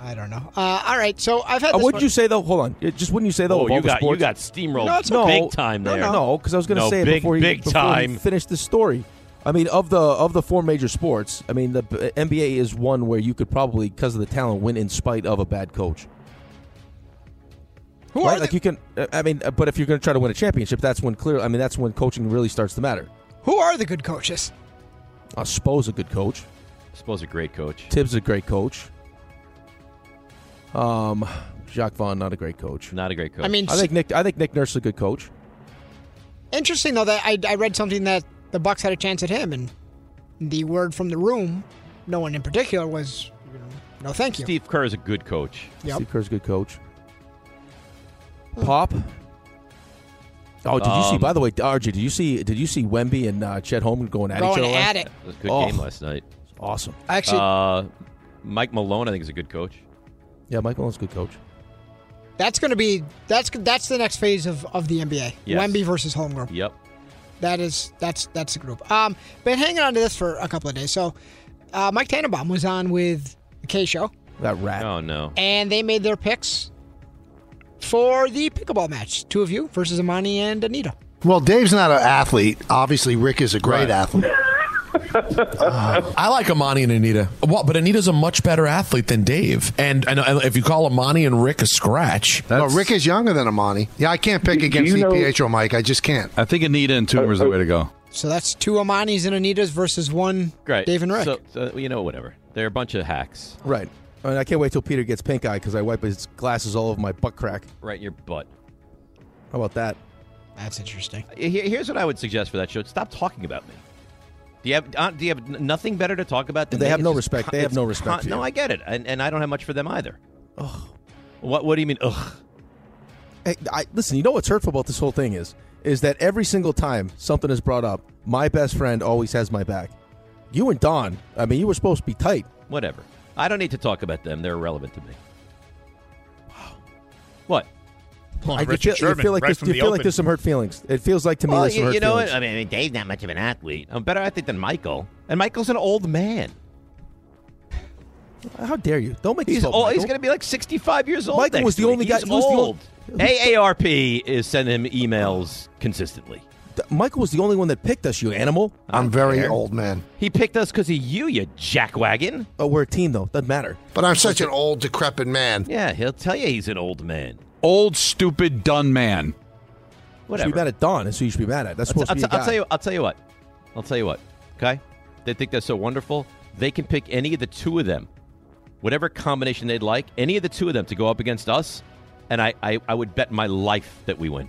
Speaker 5: I don't know. Uh, all right, so I've had.
Speaker 8: Uh,
Speaker 5: This
Speaker 8: wouldn't
Speaker 5: one.
Speaker 8: you say though? Hold on, It- just wouldn't you say though?
Speaker 1: Oh,
Speaker 8: of all
Speaker 1: you
Speaker 8: the
Speaker 1: got- you
Speaker 8: sports-
Speaker 1: got steamrolled
Speaker 8: No, it's
Speaker 1: big
Speaker 8: okay.
Speaker 1: time there.
Speaker 8: No, because I was going to
Speaker 1: No,
Speaker 8: say it
Speaker 1: big-
Speaker 8: before he,
Speaker 1: big
Speaker 8: before he
Speaker 1: time.
Speaker 8: finished the story. I mean, of the of the four major sports, I mean, the b- NBA is one where you could probably, because of the talent, win in spite of a bad coach.
Speaker 5: Who
Speaker 8: right? like you can? uh, I mean, uh, but if you're going to try to win a championship, that's when clear. I mean, that's when coaching really starts to matter.
Speaker 5: Who are the good coaches?
Speaker 8: I suppose a good coach.
Speaker 1: I suppose a great coach.
Speaker 8: Tibbs is a great coach. Um, Jacques Vaughn not a great coach.
Speaker 1: Not a great
Speaker 5: coach. I mean,
Speaker 8: I think Nick. I think Nick Nurse is a good coach.
Speaker 5: Interesting though that I, I read something that the Bucks had a chance at him, and the word from the room, no one in particular, was you know, no, thank you.
Speaker 1: Steve Kerr is a good coach.
Speaker 5: Yep.
Speaker 8: Steve Kerr's a good coach. Pop. Oh, did you see?
Speaker 1: Um,
Speaker 8: By the way, RJ, did you see? Did you see Wemby and uh, Chet Holmgren going at each
Speaker 5: Going
Speaker 8: other? last-
Speaker 5: at it.
Speaker 1: It was a good
Speaker 8: Oh,
Speaker 1: game last night.
Speaker 8: Awesome.
Speaker 5: Actually-
Speaker 1: uh, Mike Malone, I think, is a good coach.
Speaker 8: Yeah, Mike Malone's a good coach.
Speaker 5: That's going to be that's that's the next phase of, of the NBA.
Speaker 1: Yes.
Speaker 5: Wemby versus Holmgren.
Speaker 1: Yep.
Speaker 5: That is that's that's the group. Um, been hanging on to this for a couple of days. So, uh, Mike Tannenbaum was on with the K Show,
Speaker 8: That rat.
Speaker 1: Oh no.
Speaker 5: and they made their picks for the pickleball match. Two of you versus Amani and Anita.
Speaker 17: Well, Dave's not an athlete. Obviously, Rick is a great athlete.
Speaker 6: Uh, I like Amani and Anita. Well, but Anita's a much better athlete than Dave. And, and uh, if you call Amani and Rick a scratch,
Speaker 17: No, Rick is younger than Amani. Yeah, I can't pick
Speaker 6: Do
Speaker 17: against
Speaker 6: you know-
Speaker 17: EPHO, Mike. I just can't.
Speaker 18: I think Anita and Toomer's the way to go.
Speaker 5: So that's two Amanis and Anitas versus one
Speaker 1: Great.
Speaker 5: Dave and Rick.
Speaker 1: So, so, you know, whatever. They're a bunch of hacks.
Speaker 8: Right. I, mean, I can't wait till Peter gets pink eye because I wipe his glasses all over my butt crack.
Speaker 1: Right in your butt.
Speaker 8: How about that?
Speaker 5: That's interesting.
Speaker 1: Here- Here's what I would suggest for that show: stop talking about me. Do you have uh, Do you have n- nothing better to talk about? Than
Speaker 8: They
Speaker 1: me?
Speaker 8: have
Speaker 1: It's
Speaker 8: no
Speaker 1: just
Speaker 8: respect.
Speaker 1: con-
Speaker 8: They have
Speaker 1: it's
Speaker 8: no respect
Speaker 1: con-
Speaker 8: for
Speaker 1: no,
Speaker 8: you.
Speaker 1: I get it, and, and I don't have much for them either. What What do you mean? Ugh.
Speaker 8: Hey, I, listen, you know what's hurtful about this whole thing is, is that every single time something is brought up, my best friend always has my back. You and Don, I mean, you were supposed to be tight.
Speaker 1: Whatever. I don't need to talk about them. They're irrelevant to me. What?
Speaker 8: I you feel, you feel like there's, you feel like there's some hurt feelings. It feels like to me
Speaker 1: Well,
Speaker 8: there's some
Speaker 1: you,
Speaker 8: hurt
Speaker 1: you know
Speaker 8: feelings.
Speaker 1: what? I mean, I mean, Dave's not much of an athlete. I'm a better athlete than Michael, and Michael's an old man.
Speaker 8: How dare you? Don't make
Speaker 1: He's
Speaker 8: this about
Speaker 1: old, he's
Speaker 8: Michael.
Speaker 1: going to be like 65 years old.
Speaker 8: Michael
Speaker 1: next
Speaker 8: was the
Speaker 1: week.
Speaker 8: only guy-
Speaker 1: He's
Speaker 8: he was the only-
Speaker 1: old. AARP is sending him emails consistently.
Speaker 8: Th- Michael was the only one that picked us, you animal.
Speaker 17: I'm very old man.
Speaker 1: He picked us because of you, you jackwagon.
Speaker 8: Oh, we're a team, though. Doesn't matter.
Speaker 17: But I'm such an old, decrepit man.
Speaker 1: Yeah, he'll tell you he's an old man.
Speaker 18: Old, stupid, done man.
Speaker 8: You should be mad at Don. That's who you should be mad at. That's supposed
Speaker 1: I'll,
Speaker 8: to be
Speaker 1: t-
Speaker 8: a guy.
Speaker 1: I'll tell you. I'll tell you what. I'll tell you what. Okay, they think they're so wonderful. They can pick any of the two of them, whatever combination they'd like. Any of the two of them to go up against us, and I, I, I would bet my life that we win.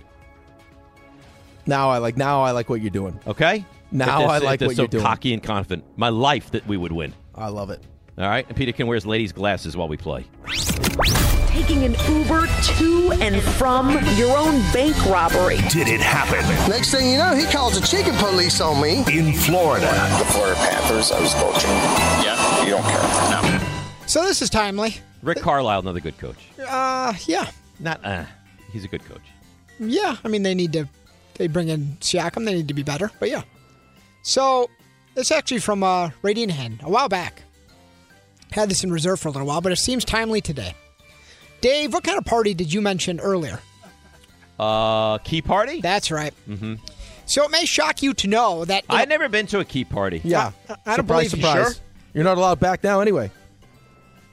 Speaker 8: Now I like. Now I like what you're doing.
Speaker 1: Okay.
Speaker 8: Now
Speaker 1: If they're-
Speaker 8: I
Speaker 1: if
Speaker 8: like
Speaker 1: they're
Speaker 8: what
Speaker 1: so
Speaker 8: you're doing.
Speaker 1: cocky and confident. My life that we would win.
Speaker 8: I love it.
Speaker 1: All right, and Peter can wear his ladies' glasses while we play.
Speaker 19: Taking an Uber to and from your own bank robbery.
Speaker 2: Did it happen?
Speaker 20: Next thing you know, he calls the chicken police on me.
Speaker 2: In Florida.
Speaker 20: The Florida Panthers, I was coaching. Yeah, you don't care.
Speaker 5: So this is timely.
Speaker 1: Rick Carlisle, another good coach.
Speaker 5: Uh, yeah,
Speaker 1: Not uh, he's a good coach.
Speaker 5: yeah. I mean, they need to. They bring in Siakam. They need to be better. But yeah. So it's actually from uh, Radiant Hen a while back. Had this in reserve for a little while, but it seems timely today. Dave, what kind of party did you mention earlier?
Speaker 1: Uh, key party.
Speaker 5: That's right.
Speaker 1: Mm-hmm.
Speaker 5: So it may shock you to know that
Speaker 1: I've never been to a key party.
Speaker 8: Yeah.
Speaker 5: I- I don't
Speaker 8: surprise,
Speaker 5: believe you.
Speaker 8: surprise.
Speaker 5: Sure?
Speaker 8: You're not allowed back now anyway.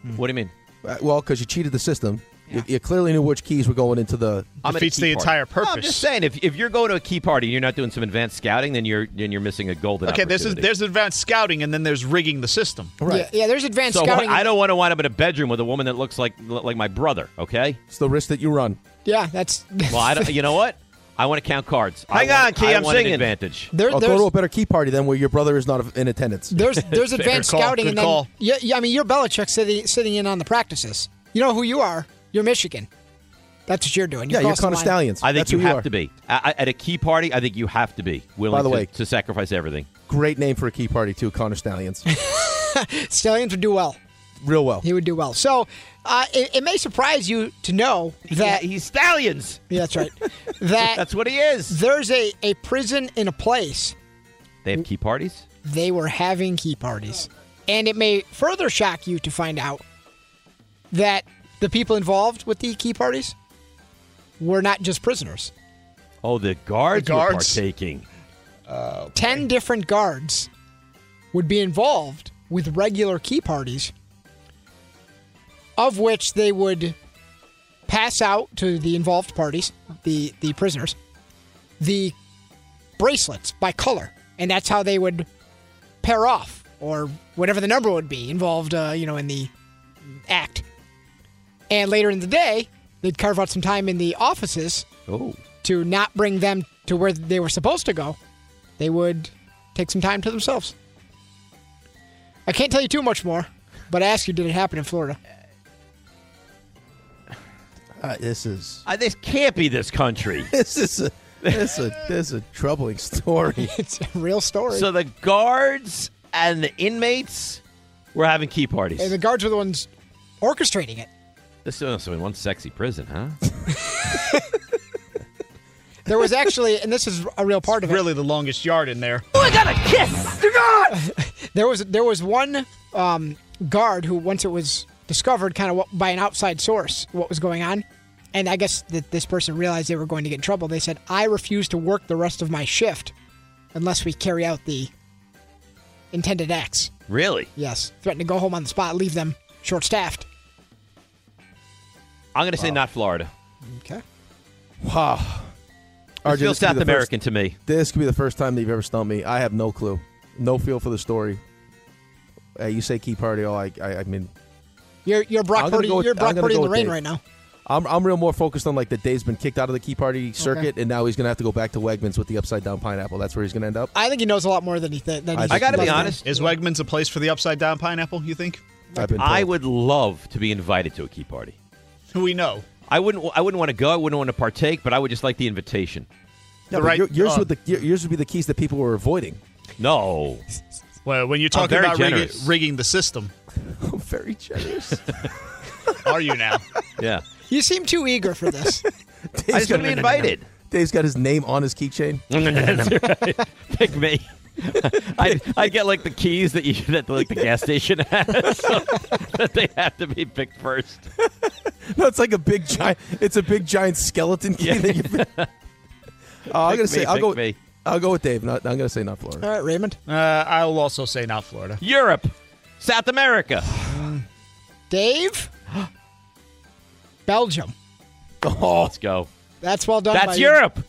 Speaker 1: Hmm. What do you mean?
Speaker 8: Uh, well, because you cheated the system. You, you clearly knew which keys were going into the.
Speaker 1: I'm at a key party. No, I'm just saying, if, if you're going to a key party and you're not doing some advanced scouting, then you're then you're missing a golden.
Speaker 9: Okay, there's
Speaker 1: opportunity.
Speaker 9: there's advanced scouting, and then there's rigging the system.
Speaker 5: Yeah, yeah, there's advanced
Speaker 1: So what-
Speaker 5: scouting.
Speaker 1: I don't want to wind up in a bedroom with a woman that looks like like my brother. Okay.
Speaker 8: It's the risk that you run.
Speaker 5: yeah, that's.
Speaker 1: Well, I don't, you know what? I want to count cards. I
Speaker 5: Hang
Speaker 1: want-
Speaker 5: on, Key,
Speaker 1: I
Speaker 5: I'm
Speaker 1: want an
Speaker 5: singing.
Speaker 1: advantage.
Speaker 5: There-
Speaker 8: I'll go
Speaker 5: there's-
Speaker 8: to a better key party then where your brother is not in attendance.
Speaker 5: There's there's advanced scouting, and then Yeah, yeah, I mean you're Belichick sitting sitting in on the practices. You know who you are. You're Michigan. That's what you're doing. You cross the line.
Speaker 1: I think you have to be I, I- at a key party. I think you have to be willing
Speaker 8: By the
Speaker 1: to,
Speaker 8: way-
Speaker 1: to sacrifice everything.
Speaker 8: Great name for a key party too, Connor Stallions.
Speaker 5: Stallions would do well.
Speaker 8: Real well.
Speaker 5: He would do well. So uh, it, it may surprise you to know that
Speaker 1: he's stallions.
Speaker 5: Yeah, that's right. that
Speaker 1: that's what he is.
Speaker 5: There's a a prison in a place
Speaker 1: They have key parties.
Speaker 5: they were having key parties, and it may further shock you to find out that the people involved with the key parties were not just prisoners.
Speaker 1: Oh, the guards,
Speaker 5: The guards.
Speaker 1: were partaking.
Speaker 5: Ten different guards would be involved with regular key parties, of which they would pass out to the involved parties, the, the prisoners, the bracelets by color. And that's how they would pair off, or whatever the number would be involved, uh, you know, in the act. And later in the day, they'd carve out some time in the offices
Speaker 1: Oh.
Speaker 5: to not bring them to where they were supposed to go, they would take some time to themselves. I can't tell you too much more, but I ask you, did it happen in Florida?
Speaker 8: Uh, this is
Speaker 1: Uh, this can't be this country.
Speaker 8: this is a this is a this is a troubling story.
Speaker 5: it's a real story.
Speaker 1: So the guards and the inmates were having key parties.
Speaker 5: and the guards were the ones orchestrating it.
Speaker 1: This is in one sexy prison, huh?
Speaker 5: There was actually, and this is a real part of it.
Speaker 9: Really, the longest yard in there.
Speaker 5: Oh, I got a kiss. there was there was one um, guard who, once it was discovered, kind of by an outside source, what was going on, and I guess that this person realized they were going to get in trouble. They said, "I refuse to work the rest of my shift unless we carry out the intended acts.
Speaker 1: Really?
Speaker 5: Yes. Threatened to go home on the spot, leave them short staffed.
Speaker 1: I'm going to say not Florida.
Speaker 5: Okay.
Speaker 8: Wow.
Speaker 1: It
Speaker 8: this
Speaker 1: feels
Speaker 8: could be
Speaker 1: South
Speaker 8: the first-
Speaker 1: American to me.
Speaker 8: This could be the first time that you've ever stumped me. I have no clue, no feel for the story. Uh, you say Keith Purdy, all I, I, I mean,
Speaker 5: You're you're Brock
Speaker 8: I'm gonna
Speaker 5: Purdy.
Speaker 8: go with-
Speaker 5: you're
Speaker 8: I'm
Speaker 5: Brock
Speaker 8: gonna
Speaker 5: Purdy
Speaker 8: go
Speaker 5: in the
Speaker 8: with
Speaker 5: rain
Speaker 8: Dave.
Speaker 5: right now.
Speaker 8: I'm, I'm real more focused on like that Dave's been kicked out of the Key Party circuit, and now he's gonna have to go back to Wegmans with the upside down pineapple. That's where he's gonna end up.
Speaker 5: I think he knows a lot more than he th- than
Speaker 8: I
Speaker 5: he
Speaker 8: just- I gotta be
Speaker 5: does now.
Speaker 8: honest.
Speaker 9: Is Wegmans a place for the upside down pineapple? You think?
Speaker 1: I would love to be invited to a key party.
Speaker 9: We know.
Speaker 1: I wouldn't. I wouldn't want to go. I wouldn't want to partake. But I would just like the invitation.
Speaker 8: Yeah, but your- yours
Speaker 1: uh,
Speaker 8: would the your- yours would be the keys that people were avoiding.
Speaker 1: No.
Speaker 9: Well, when you're
Speaker 8: I'm
Speaker 1: Oh,
Speaker 9: talking
Speaker 8: very
Speaker 9: about rigging,
Speaker 8: generous.
Speaker 9: rigging the system,
Speaker 8: I'm Oh, very generous.
Speaker 9: are you now?
Speaker 1: Yeah.
Speaker 5: You seem too eager for this.
Speaker 8: Dave's got- Dave's got his name on his keychain.
Speaker 1: Pick me. I I get like the keys that you that like the gas station has. so that they have to be picked first.
Speaker 8: No, it's like a big giant. It's a big giant skeleton key. That you, Oh, I'm
Speaker 9: Pick
Speaker 8: gonna say
Speaker 9: me,
Speaker 8: I'll go.
Speaker 9: pick me.
Speaker 8: I'll go with Dave. Not, I'm gonna say not Florida.
Speaker 5: All right, Raymond.
Speaker 9: Uh, I will also say not Florida.
Speaker 1: Europe, South America.
Speaker 5: Dave. Belgium.
Speaker 1: Oh, let's go.
Speaker 5: That's well done. by
Speaker 1: That's
Speaker 5: you.
Speaker 1: Europe.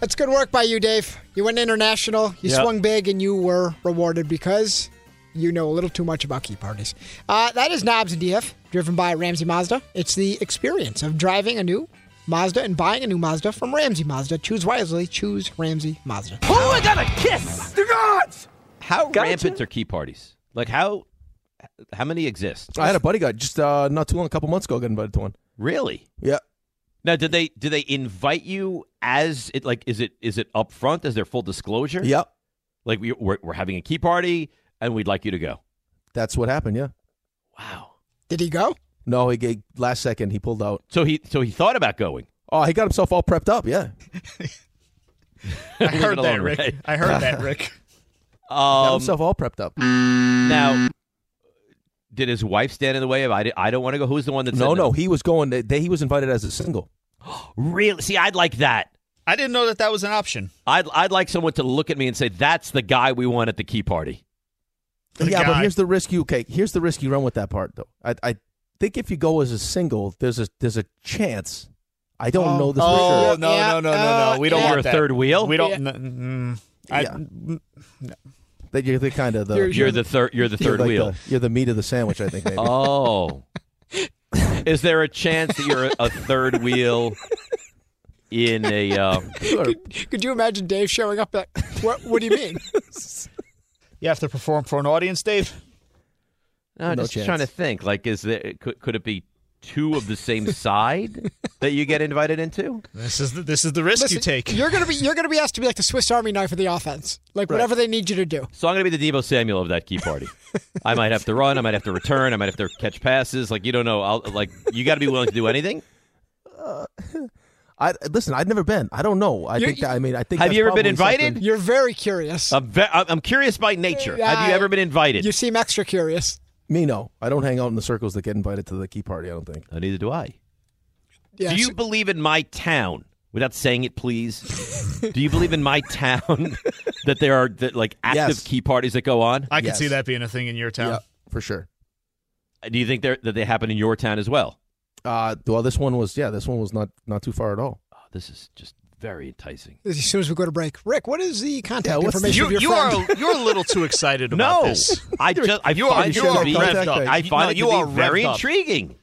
Speaker 5: That's good work by you, Dave. You went international, you
Speaker 1: Yep.
Speaker 5: swung big, and you were rewarded because you know a little too much about key parties. Uh, that is Knobs and DF, driven by Ramsey Mazda. It's the experience of driving a new Mazda and buying a new Mazda from Ramsey Mazda. Choose wisely, choose Ramsey Mazda.
Speaker 1: Who are we gonna kiss? The gods. How rampant are key parties? Like how how many exist?
Speaker 8: I had a buddy got just uh, not too long, a couple months ago, got invited to one.
Speaker 1: Really?
Speaker 8: Yeah.
Speaker 1: Now, did they do they invite you as it like is it is it up front? Is there full disclosure?
Speaker 8: Yep.
Speaker 1: Like we, we're we're having a key party and we'd like you to go.
Speaker 8: That's what happened. Yeah.
Speaker 5: Did he go?
Speaker 8: No, he gave last second. He pulled out.
Speaker 1: So he so he thought about going.
Speaker 8: Oh, he got himself all prepped up. Yeah.
Speaker 9: I
Speaker 1: Leave
Speaker 9: heard
Speaker 1: it
Speaker 9: that,
Speaker 1: alone,
Speaker 9: Rick.
Speaker 1: Ray.
Speaker 9: I heard that, Rick.
Speaker 8: got
Speaker 1: Um,
Speaker 8: himself all prepped up.
Speaker 1: now, did his wife stand in the way of I? di- I don't want to go. Who's the one that?
Speaker 8: No,
Speaker 1: said
Speaker 8: no, he was going. They, he was invited as a single.
Speaker 1: Really? See, I'd like that.
Speaker 9: I didn't know that that was an option.
Speaker 1: I'd I'd like someone to look at me and say, "That's the guy we want at the key party."
Speaker 8: yeah, but
Speaker 1: guy.
Speaker 8: here's the risk you okay, here's the risk you run with that part though. I, I think if you go as a single, there's a there's a chance. I don't know this for
Speaker 9: Oh
Speaker 8: sure.
Speaker 9: no, no, no, no, no. We don't
Speaker 8: yeah.
Speaker 9: want
Speaker 8: You're a
Speaker 9: that.
Speaker 8: third wheel?
Speaker 9: We don't.
Speaker 8: Yeah.
Speaker 9: n- mm, I-
Speaker 8: Yeah. That you're the kind of the
Speaker 1: You're- You're the third- you're the third
Speaker 8: like
Speaker 1: wheel.
Speaker 8: the- you're the meat of the sandwich, I think. Maybe.
Speaker 1: Oh. Is there a chance that you're a, a third wheel in a? Uh,
Speaker 5: Could, could you imagine Dave showing up? Like, what, what do you mean?
Speaker 9: You have to perform for an audience, Dave.
Speaker 1: no,
Speaker 9: No
Speaker 1: just
Speaker 9: chance.
Speaker 1: trying to think. Like, is there could could it be two of the same side that you get invited into?
Speaker 9: This is the, this is the risk
Speaker 5: Listen,
Speaker 9: you take.
Speaker 5: You're gonna be you're gonna be asked to be like the Swiss Army knife of the offense, like
Speaker 1: Right.
Speaker 5: whatever they need you to do.
Speaker 1: So I'm going to be the Debo Samuel of that key party. I might have to run. I might have to return. I might have to catch passes. Like you don't know. I'll like you got to be willing to do anything.
Speaker 8: I listen. I've never been. I don't know. I
Speaker 5: You're-
Speaker 8: think. That, I mean, I think.
Speaker 1: Have
Speaker 8: that's
Speaker 1: you ever been
Speaker 8: probably
Speaker 1: invited?
Speaker 8: something-
Speaker 5: You're very curious.
Speaker 1: I'm, ve- uh, I'm I'm curious by nature. Have you ever been invited?
Speaker 5: You seem extra curious.
Speaker 8: Me no. I don't hang out in the circles that get invited to the key party. I don't think.
Speaker 1: neither do I.
Speaker 5: Yeah,
Speaker 1: Do you believe in my town? Without saying it, please. do you believe in my town that there are that, like active
Speaker 9: Yes.
Speaker 1: key parties that go on?
Speaker 9: I can see that being a thing in your town.
Speaker 8: for sure.
Speaker 1: Do you think they're- that they happen in your town as well?
Speaker 8: Uh, well, this one was. Yeah, this one was not not too far at all.
Speaker 1: Oh, This is just very enticing.
Speaker 5: As soon as we go to break, Rick, what is the contact information
Speaker 9: you
Speaker 5: of your
Speaker 9: you
Speaker 5: friend?
Speaker 9: are you're a little too excited about
Speaker 1: No,
Speaker 9: this.
Speaker 1: Oh, I just I
Speaker 9: you are
Speaker 1: find
Speaker 9: you
Speaker 1: it to
Speaker 9: are
Speaker 1: be-
Speaker 9: revved up.
Speaker 1: I find
Speaker 9: No,
Speaker 1: it to
Speaker 9: you
Speaker 1: be
Speaker 9: are
Speaker 1: very
Speaker 9: revved up.
Speaker 1: intriguing.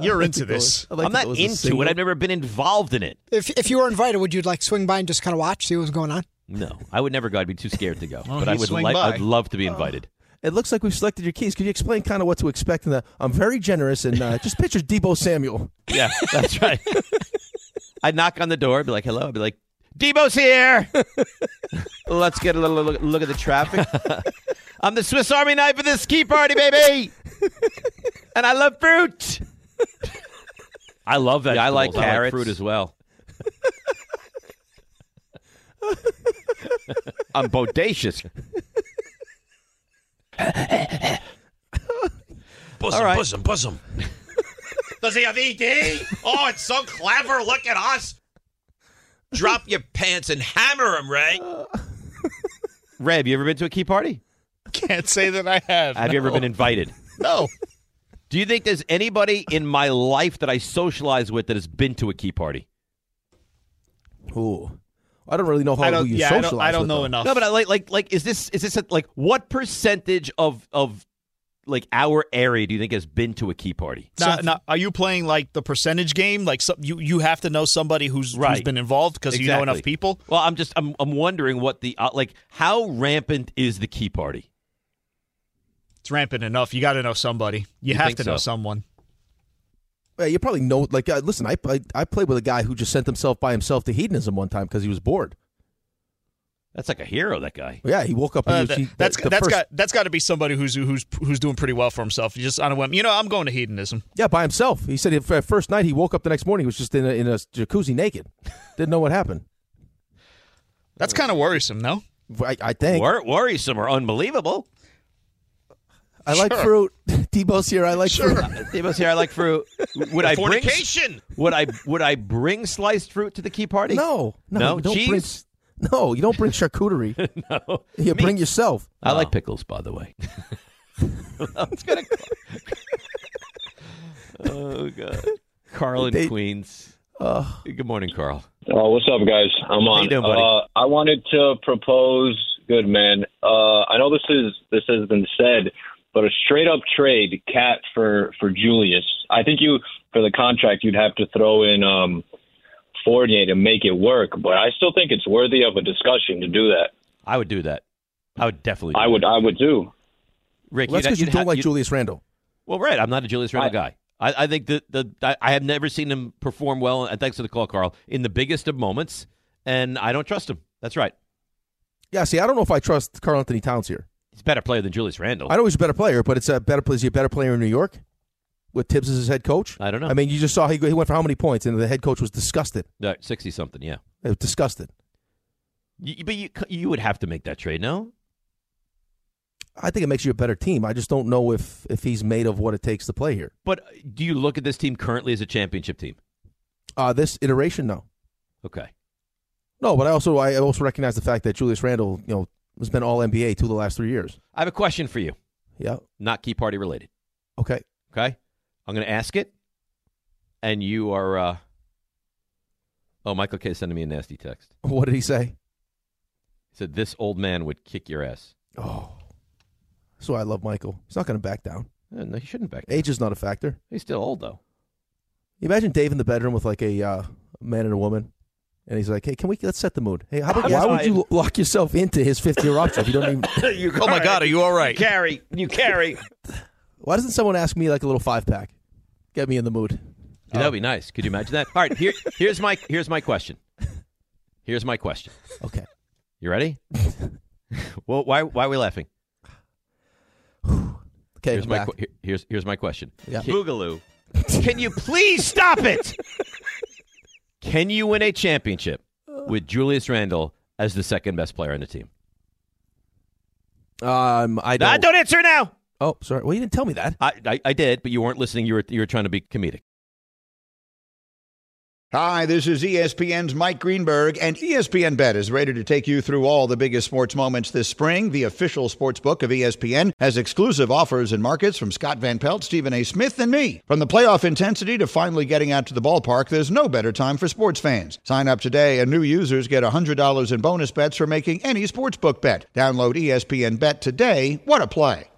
Speaker 9: You're into this.
Speaker 1: I'm not into it. I've never been involved in it.
Speaker 5: If if you were invited, would you like swing by and just kind of watch, see what was going on?
Speaker 1: No, I would never go. I'd be too scared to go.
Speaker 5: Well,
Speaker 1: but I
Speaker 5: you
Speaker 1: would
Speaker 5: swing
Speaker 1: like.
Speaker 5: by.
Speaker 1: I'd love to be invited.
Speaker 8: It looks like we've selected your keys. Could you explain kind of what to expect? In the, I'm very generous and uh, just picture Debo Samuel.
Speaker 1: Yeah, that's right. I'd knock on the door, I'd be like, "Hello," I'd be like, "Debo's here." Let's get a little look, look at the traffic. I'm the Swiss Army knife of this ski party, baby, and I love fruit. I love that. I like
Speaker 21: I like
Speaker 1: carrots,
Speaker 21: fruit as
Speaker 1: well. I'm bodacious.
Speaker 21: Bosom, bosom, bosom. Does he have
Speaker 1: E
Speaker 21: ED? Oh, it's so
Speaker 3: Uh,
Speaker 21: clever. Look at us. Drop your pants and hammer him, Ray.
Speaker 1: Ray, have you ever been to a key party?
Speaker 9: Can't say that I have.
Speaker 1: Have you ever
Speaker 9: no.
Speaker 1: been invited?
Speaker 9: No.
Speaker 1: Do you think there's anybody in my life that I socialize with that has been to a key party?
Speaker 8: Ooh. I don't really know how who you socialize with, though.
Speaker 1: No, but I, like, like, like, is this is this a, like what percentage of of like our area do you think has been to a key party?
Speaker 9: Now, now, are you playing like the percentage game? Like some, you you have to know somebody who's who's
Speaker 1: Right.
Speaker 9: been involved because you know enough
Speaker 1: Exactly.
Speaker 9: people.
Speaker 1: Well, I'm just I'm I'm wondering what the uh, like how rampant is the key party?
Speaker 9: It's rampant enough. You got to know somebody. You,
Speaker 8: You
Speaker 9: have
Speaker 8: think
Speaker 9: to know
Speaker 8: so?
Speaker 9: someone.
Speaker 8: Yeah, you probably know. Like, uh, listen, I, I I played with a guy who just sent himself by himself to hedonism one time because he was bored.
Speaker 1: That's like a hero, that guy.
Speaker 8: Yeah, he woke up.
Speaker 9: Uh,
Speaker 8: And
Speaker 9: that,
Speaker 8: he was, he,
Speaker 9: that's
Speaker 8: the
Speaker 9: that's
Speaker 8: first-
Speaker 9: got that's got to be somebody who's who's who's doing pretty well for himself. You just on a whim. You know, I'm going to hedonism.
Speaker 8: Yeah, by himself. He said the first night he woke up the next morning he was just in a, in a jacuzzi naked, didn't know what happened.
Speaker 9: That's kind of worrisome, no?
Speaker 8: I, I think.
Speaker 1: Wor- worrisome or unbelievable.
Speaker 8: I like fruit. Debo's here. I like fruit.
Speaker 1: Debo's here. I like fruit. Would I bring
Speaker 8: Fornication!
Speaker 1: Would I would I bring sliced fruit to the key party?
Speaker 8: No, no,
Speaker 1: no
Speaker 8: you don't
Speaker 1: cheese.
Speaker 8: Bring, no, you don't bring charcuterie.
Speaker 1: no,
Speaker 8: you bring yourself.
Speaker 1: I like pickles, by the way. oh God, Carl in Queens. Good morning, Carl.
Speaker 3: Oh, what's up, guys? I'm
Speaker 1: How
Speaker 3: on.
Speaker 1: you doing, buddy?
Speaker 3: Uh, I wanted to propose. Good man. Uh, I know this is this has been said, but a straight up trade, cat for for Julius. I think you for the contract you'd have to throw in um, Fournier to make it work, but I still think it's worthy of a discussion to do that.
Speaker 1: I would do that. I would definitely.
Speaker 3: I would. I would do.
Speaker 1: Rick,
Speaker 8: Well, that's
Speaker 1: you'd-
Speaker 8: because you
Speaker 1: you'd
Speaker 8: don't
Speaker 1: ha-
Speaker 8: like
Speaker 1: you'd-
Speaker 8: Julius Randle.
Speaker 1: Well, right. I'm not a Julius Randle guy. I, I think that the I, I have never seen him perform well. And thanks for the call, Carl. In the biggest of moments, and I don't trust him. That's right.
Speaker 8: Yeah, see, I don't know if I trust Carl Anthony Towns here.
Speaker 1: He's a better player than Julius Randle.
Speaker 8: I know he's a better player, but it's a better player. Is he a better player in New York with Tibbs as his head coach?
Speaker 1: I don't know.
Speaker 8: I mean, you just saw he, he went for how many points, and the head coach was disgusted.
Speaker 1: Yeah, Sixty something. Uh, Yeah.
Speaker 8: They were disgusted.
Speaker 1: You, but you you would have to make that trade, no?
Speaker 8: I think it makes you a better team. I just don't know if if he's made of what it takes to play here.
Speaker 1: But do you look at this team currently as a championship team?
Speaker 8: Uh, this iteration, no,
Speaker 1: Okay.
Speaker 8: no. But I also I also recognize the fact that Julius Randle, you know, has been All NBA two of the last three years.
Speaker 1: I have a question for you.
Speaker 8: Yeah.
Speaker 1: Not key party related.
Speaker 8: Okay.
Speaker 1: Okay. I'm going to ask it, and you are. Uh... Oh, Michael K. sending me a nasty text.
Speaker 8: What did he say?
Speaker 1: He said, "This old man would kick your ass."
Speaker 8: Oh, that's why I love Michael. He's not going to back down.
Speaker 1: Yeah, no, he shouldn't back.
Speaker 8: Age is not a factor.
Speaker 1: He's still old though.
Speaker 8: You imagine Dave in the bedroom with like a uh, man and a woman, and he's like, "Hey, can we let's set the mood? Hey, how about
Speaker 1: I'm
Speaker 8: why would
Speaker 1: fine.
Speaker 8: you lock yourself into his fifth year option if you don't even?
Speaker 9: oh my God, are you all right?
Speaker 1: Carry, you carry.
Speaker 8: Why doesn't someone ask me like a little five pack? Get me in the mood.
Speaker 1: Yeah,
Speaker 8: Oh.
Speaker 1: that'd be nice. Could you imagine that? All right, here, here's my here's my question. Here's my question.
Speaker 8: Okay.
Speaker 1: You ready? well, why why are we laughing?
Speaker 8: Okay,
Speaker 1: here's
Speaker 8: I'm
Speaker 1: my
Speaker 8: back.
Speaker 1: que- here- here's here's my question.
Speaker 8: Yeah.
Speaker 1: Can, Boogaloo, can you please stop it? Can you win a championship with Julius Randle as the second best player on the team?
Speaker 8: Um, I don't.
Speaker 1: don't answer now.
Speaker 8: Oh, sorry. Well, you didn't tell me that.
Speaker 1: I, I, I did, but you weren't listening. You were you were trying to be comedic.
Speaker 22: Hi, this is E ESPN's Mike Greenberg, and E ESPN Bet is ready to take you through all the biggest sports moments this spring. The official sports book of E ESPN has exclusive offers and markets from Scott Van Pelt, Stephen A. Smith, and me. From the playoff intensity to finally getting out to the ballpark, there's no better time for sports fans. Sign up today, and new users get $100 in bonus bets for making any sportsbook bet. Download E ESPN Bet today. What a play!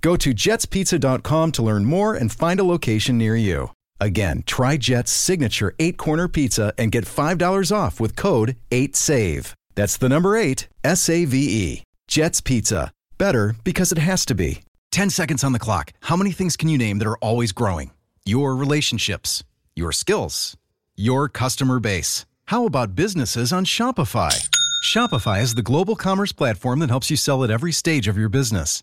Speaker 23: Go to jetspizza.com to learn more and find a location near you. Again, try Jet's signature eight corner pizza and get $5 off with code 8SAVE. That's the number eight, S A V E. Jet's Pizza. Better because it has to be. 10 seconds on the clock. How many things can you name that are always growing? Your relationships, your skills, your customer base. How about businesses on Shopify? Shopify is the global commerce platform that helps you sell at every stage of your business.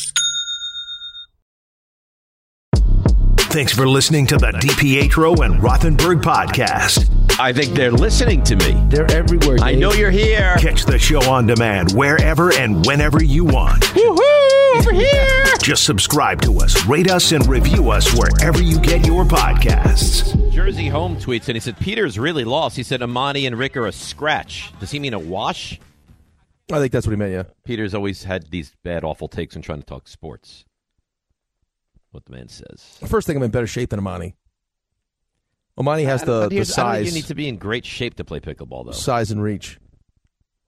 Speaker 2: Thanks for listening to the DPetro and Rothenberg podcast.
Speaker 1: I think they're listening to me.
Speaker 2: They're everywhere.
Speaker 1: I Dave. know you're here.
Speaker 2: Catch the show on demand wherever and whenever you want.
Speaker 1: Woohoo! Over here.
Speaker 2: Just subscribe to us, rate us, and review us wherever you get your podcasts.
Speaker 1: Jersey Home tweets and he said Peter's really lost. He said Amani and Rick are a scratch. Does he mean a wash?
Speaker 8: I think that's what he meant. Yeah.
Speaker 1: Peter's always had these bad, awful takes when trying to talk sports. What the man says.
Speaker 8: First thing, I'm in better shape than Amani. Omani has
Speaker 1: I don't-
Speaker 8: the,
Speaker 1: but
Speaker 8: the
Speaker 1: here's- I don't
Speaker 8: size,
Speaker 1: think you need to be in great shape to play pickleball, though.
Speaker 8: size and reach.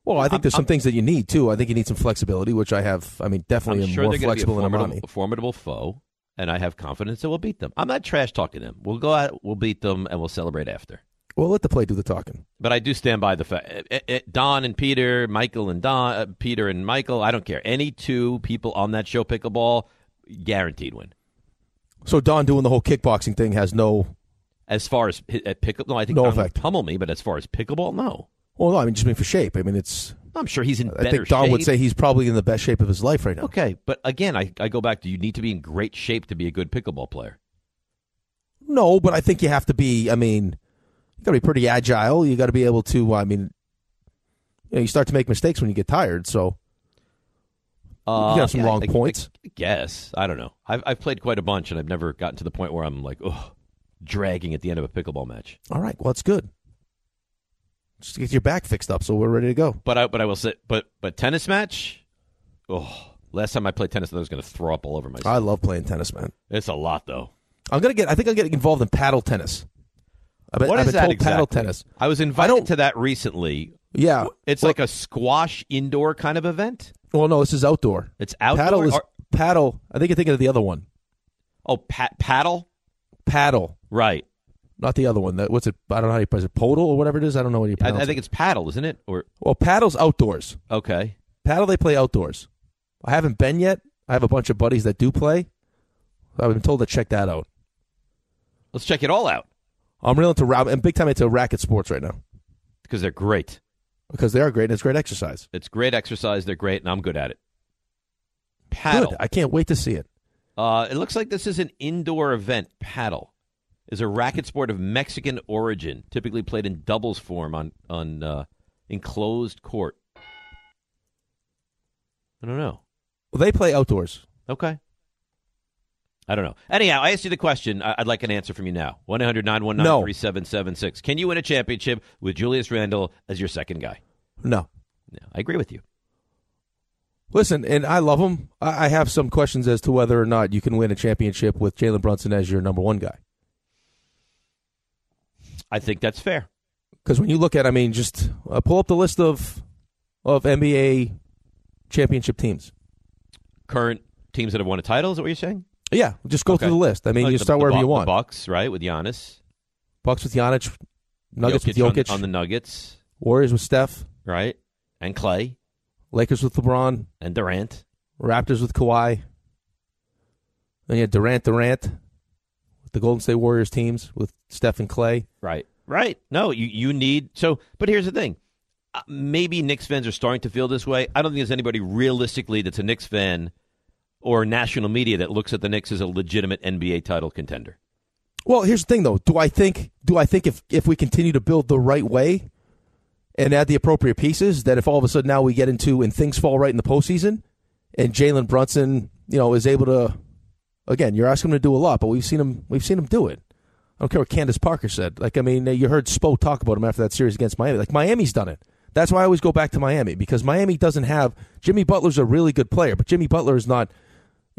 Speaker 8: Well, I think there's some things that you need too. I think you need some flexibility, which I have. I mean, definitely
Speaker 1: I'm
Speaker 8: am
Speaker 1: sure
Speaker 8: more
Speaker 1: they're going to be
Speaker 8: flexible
Speaker 1: a
Speaker 8: than
Speaker 1: formidable,
Speaker 8: Amani.
Speaker 1: formidable foe, and I have confidence that we'll beat them. I'm not trash talking them. We'll go out, we'll beat them, and we'll celebrate after.
Speaker 8: Well, let the play do the talking.
Speaker 1: But I do stand by the fact eh, eh, eh, Don and Peter, Michael and Don, uh, Peter and Michael. I don't care. Any two people on that show pickleball, guaranteed win.
Speaker 8: So Don doing the whole kickboxing thing has no.
Speaker 1: As far as hi- at pickle, no, I think
Speaker 8: No
Speaker 1: Don
Speaker 8: effect.
Speaker 1: would pummel me. But as far as pickleball, no.
Speaker 8: Well, no, I mean just mean for shape. I mean it's.
Speaker 1: I'm sure he's in
Speaker 8: I
Speaker 1: better
Speaker 8: think Don would
Speaker 1: shape.
Speaker 8: say he's probably in the best shape of his life right now.
Speaker 1: Okay, but again, I, I go back to you need to be in great shape to be a good pickleball player.
Speaker 8: No, but I think you have to be. I mean, you got to be pretty agile. You got to be able to. I mean, you, know, you start to make mistakes when you get tired. So
Speaker 1: Uh,
Speaker 8: you got some
Speaker 1: yeah,
Speaker 8: wrong
Speaker 1: I- I-
Speaker 8: points.
Speaker 1: I guess I don't know. I've I've played quite a bunch, and I've never gotten to the point where I'm like, oh, dragging at the end of a pickleball match.
Speaker 8: All right, well that's good. Just get your back fixed up, so we're ready to go.
Speaker 1: But I but I will say, but but tennis match. Oh, last time I played tennis, I was going to throw up all over myself.
Speaker 8: I love playing tennis, man.
Speaker 1: It's a lot though.
Speaker 8: I'm gonna get. I think I'll get involved in paddle tennis. I've been,
Speaker 1: What
Speaker 8: I've
Speaker 1: is
Speaker 8: been
Speaker 1: that
Speaker 8: told
Speaker 1: exactly?
Speaker 8: paddle tennis.
Speaker 1: I was invited to that recently.
Speaker 8: Yeah,
Speaker 1: It's like a squash indoor kind of event.
Speaker 8: Well, no, this is outdoor.
Speaker 1: It's outdoor?
Speaker 8: Paddle is
Speaker 1: Are-
Speaker 8: paddle. I think you're thinking of the other one.
Speaker 1: Oh, pa- paddle,
Speaker 8: Paddle,
Speaker 1: right?
Speaker 8: not the other one. That what's it? I don't know how you pronounce it. Podal or whatever it is. I don't know what you
Speaker 1: I,
Speaker 8: pronounce.
Speaker 1: I think it's paddle, isn't it? Or
Speaker 8: Well, paddle's outdoors.
Speaker 1: okay,
Speaker 8: Paddle they play outdoors. I haven't been yet. I have a bunch of buddies that do play. I've been told to check that out.
Speaker 1: let's check it all out
Speaker 8: I'm real into round and big time into racket sports right now
Speaker 1: because they're great.
Speaker 8: because they are great and it's great exercise.
Speaker 1: It's great exercise. They're great, and I'm good at it. Paddle.
Speaker 8: Good. I can't wait to see it.
Speaker 1: Uh, it looks like this is an indoor event. Paddle is a racket sport of Mexican origin, typically played in doubles form on on uh, enclosed court. I don't know.
Speaker 8: Well, they play outdoors.
Speaker 1: Okay. I don't know. Anyhow, I asked you the question. I- I'd like an answer from you now. 100 919 3776. Can you win a championship with Julius Randle as your second guy?
Speaker 8: No.
Speaker 1: No, I agree with you.
Speaker 8: Listen, and I love him. I I have some questions as to whether or not you can win a championship with Jalen Brunson as your number one guy.
Speaker 1: I think that's fair.
Speaker 8: Because when you look at, I mean, just uh, pull up the list of of NBA championship teams.
Speaker 1: Current teams that have won a title, is that what you're saying?
Speaker 8: Yeah, just go
Speaker 1: Okay.
Speaker 8: through the list. I mean,
Speaker 1: Like
Speaker 8: you
Speaker 1: the-
Speaker 8: start
Speaker 1: the
Speaker 8: wherever
Speaker 1: Bu-
Speaker 8: you
Speaker 1: the
Speaker 8: want.
Speaker 1: Bucks, right, with Giannis.
Speaker 8: Bucks with Giannis, Nuggets with
Speaker 1: on-
Speaker 8: Jokic,
Speaker 1: On, the Nuggets,
Speaker 8: Warriors with Steph,
Speaker 1: right? And Clay
Speaker 8: Lakers with LeBron,
Speaker 1: and Durant.
Speaker 8: Raptors with Kawhi. Then you had Durant, Durant, with the Golden State Warriors teams with Steph and Clay.
Speaker 1: Right. Right. No, you, you need. So, but here's the thing. Uh, Maybe Knicks fans are starting to feel this way. I don't think there's anybody realistically that's a Knicks fan or national media that looks at the Knicks as a legitimate NBA title contender.
Speaker 8: Well, here's the thing though. Do I think do I think if if we continue to build the right way and add the appropriate pieces, that if all of a sudden now we get into and things fall right in the postseason and Jalen Brunson, you know, is able to again, you're asking him to do a lot, but we've seen him we've seen him do it. I don't care what Candace Parker said. Like I mean, uh, you heard Spo talk about him after that series against Miami. Like Miami's done it. That's why I always go back to Miami because Miami doesn't have Jimmy Butler's a really good player, but Jimmy Butler is not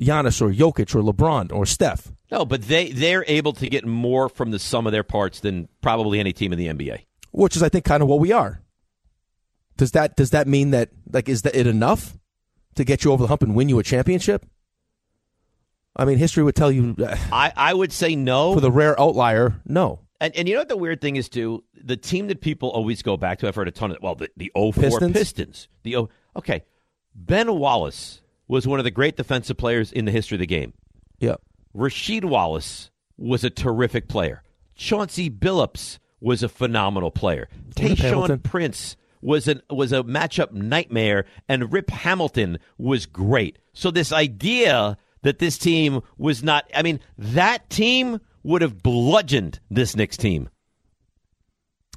Speaker 8: Giannis or Jokic or LeBron or Steph.
Speaker 1: No, but they, they're able to get more from the sum of their parts than probably any team in the NBA.
Speaker 8: which is I think kind of what we are. Does that does that mean that like is that it enough to get you over the hump and win you a championship? I mean, history would tell you uh,
Speaker 1: I, I would say no.
Speaker 8: for the rare outlier, no.
Speaker 1: And, and you know what the weird thing is too? The team that people always go back to, I've heard a ton of well, the, the 04
Speaker 8: Pistons?
Speaker 1: Pistons. The o, okay. Ben Wallace was one of the great defensive players in the history of the game.
Speaker 8: Yeah.
Speaker 1: Rasheed Wallace was a terrific player. Chauncey Billups was a phenomenal player.
Speaker 8: Hamilton.
Speaker 1: Tayshawn Prince was an was a matchup nightmare, and Rip Hamilton was great. So this idea that this team was not I mean, that team would have bludgeoned this Knicks team.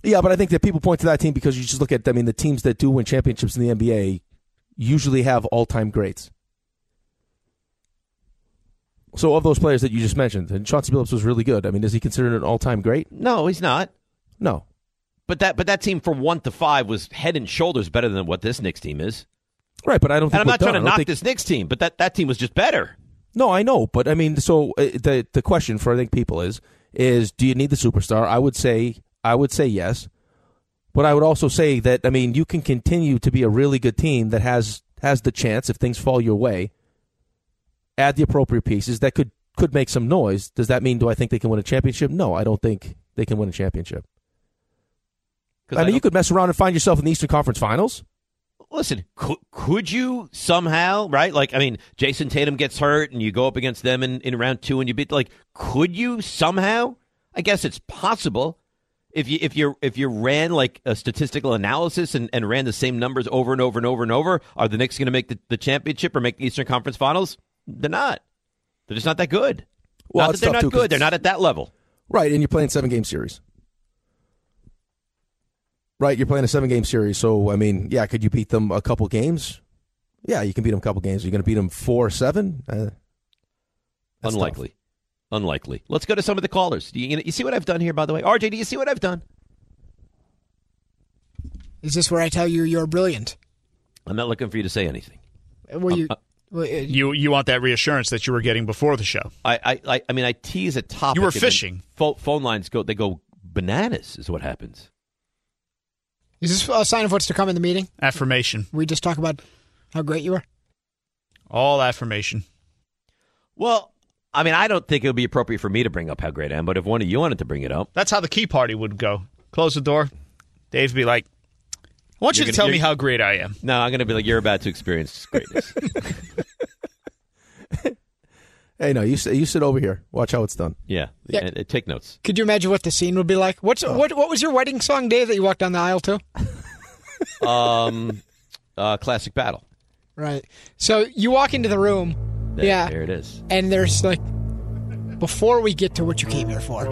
Speaker 8: Yeah, but I think that people point to that team because you just look at, I mean, the teams that do win championships in the NBA usually have all time greats. So, of those players that you just mentioned, and Chauncey Billups was really good. I mean, is he considered an all time great?
Speaker 1: No, he's not.
Speaker 8: No.
Speaker 1: But that but that team from one to five was head and shoulders better than what this Knicks team is.
Speaker 8: Right, but I don't
Speaker 1: And
Speaker 8: think
Speaker 1: I'm
Speaker 8: we're
Speaker 1: not
Speaker 8: done.
Speaker 1: trying to
Speaker 8: I don't
Speaker 1: knock
Speaker 8: think-
Speaker 1: this Knicks team, but that, that team was just better.
Speaker 8: No, I know, but I mean, so uh, the the question for I think people is is do you need the superstar? I would say I would say yes, but I would also say that I mean you can continue to be a really good team that has has the chance if things fall your way. Add the appropriate pieces that could could make some noise. Does that mean do I think they can win a championship? No, I don't think they can win a championship.
Speaker 1: 'Cause
Speaker 8: I
Speaker 1: I
Speaker 8: mean, you could mess around and find yourself in the Eastern Conference Finals.
Speaker 1: Listen, could, could you somehow, right? Like, I mean, Jason Tatum gets hurt and you go up against them in, in round two and you beat, like, could you somehow? I guess it's possible. If you if you if you ran like a statistical analysis and, and ran the same numbers over and over and over and over, are the Knicks going to make the, the championship or make the Eastern Conference Finals? They're not. They're just not that good.
Speaker 8: Well,
Speaker 1: not
Speaker 8: it's
Speaker 1: that
Speaker 8: tough,
Speaker 1: they're not
Speaker 8: too, 'cause
Speaker 1: good. They're
Speaker 8: it's-
Speaker 1: not at that level.
Speaker 8: Right, and you're playing seven game series. Right, you're playing a seven game series. So I mean, yeah, could you beat them a couple games? Yeah, you can beat them a couple games. You're going to beat them four seven. Uh, that's
Speaker 1: Unlikely. Unlikely. Let's go to some of the callers. Do you, you see what I've done here, by the way? RJ, do you see what I've done?
Speaker 5: Is this where I tell you you're brilliant?
Speaker 1: I'm not looking for you to say anything.
Speaker 5: Well, you. well, uh,
Speaker 9: You you want that reassurance that you were getting before the show.
Speaker 1: I, I, I, I mean, I tease a topic.
Speaker 9: You were
Speaker 1: and then
Speaker 9: fishing.
Speaker 1: Pho- phone lines go. They go bananas. Is what happens.
Speaker 5: Is this a sign of what's to come in the meeting?
Speaker 9: Affirmation.
Speaker 5: We just talk about how great you are.
Speaker 9: All affirmation.
Speaker 1: Well, I mean, I don't think it would be appropriate for me to bring up how great I am. But if one of you wanted to bring it up,
Speaker 9: That's how the key party would go. Close the door. Dave would be like, I want you
Speaker 1: You're
Speaker 9: to
Speaker 1: gonna-
Speaker 9: tell me
Speaker 1: you're-
Speaker 9: how great I am.
Speaker 1: no, I'm going to be like, you're about to experience greatness.
Speaker 8: hey, no, you sit, you sit over here. Watch how it's done.
Speaker 1: yeah.
Speaker 5: Yeah.
Speaker 1: And- and take notes.
Speaker 5: Could you imagine what the scene would be like? What's
Speaker 9: Oh.
Speaker 5: what? What was your wedding song, Dave, that you walked down the aisle to?
Speaker 1: Um, uh, classic battle.
Speaker 5: Right. So you walk into the room.
Speaker 1: There-
Speaker 5: yeah.
Speaker 1: There it is.
Speaker 5: And there's like, before we get to what you came here for,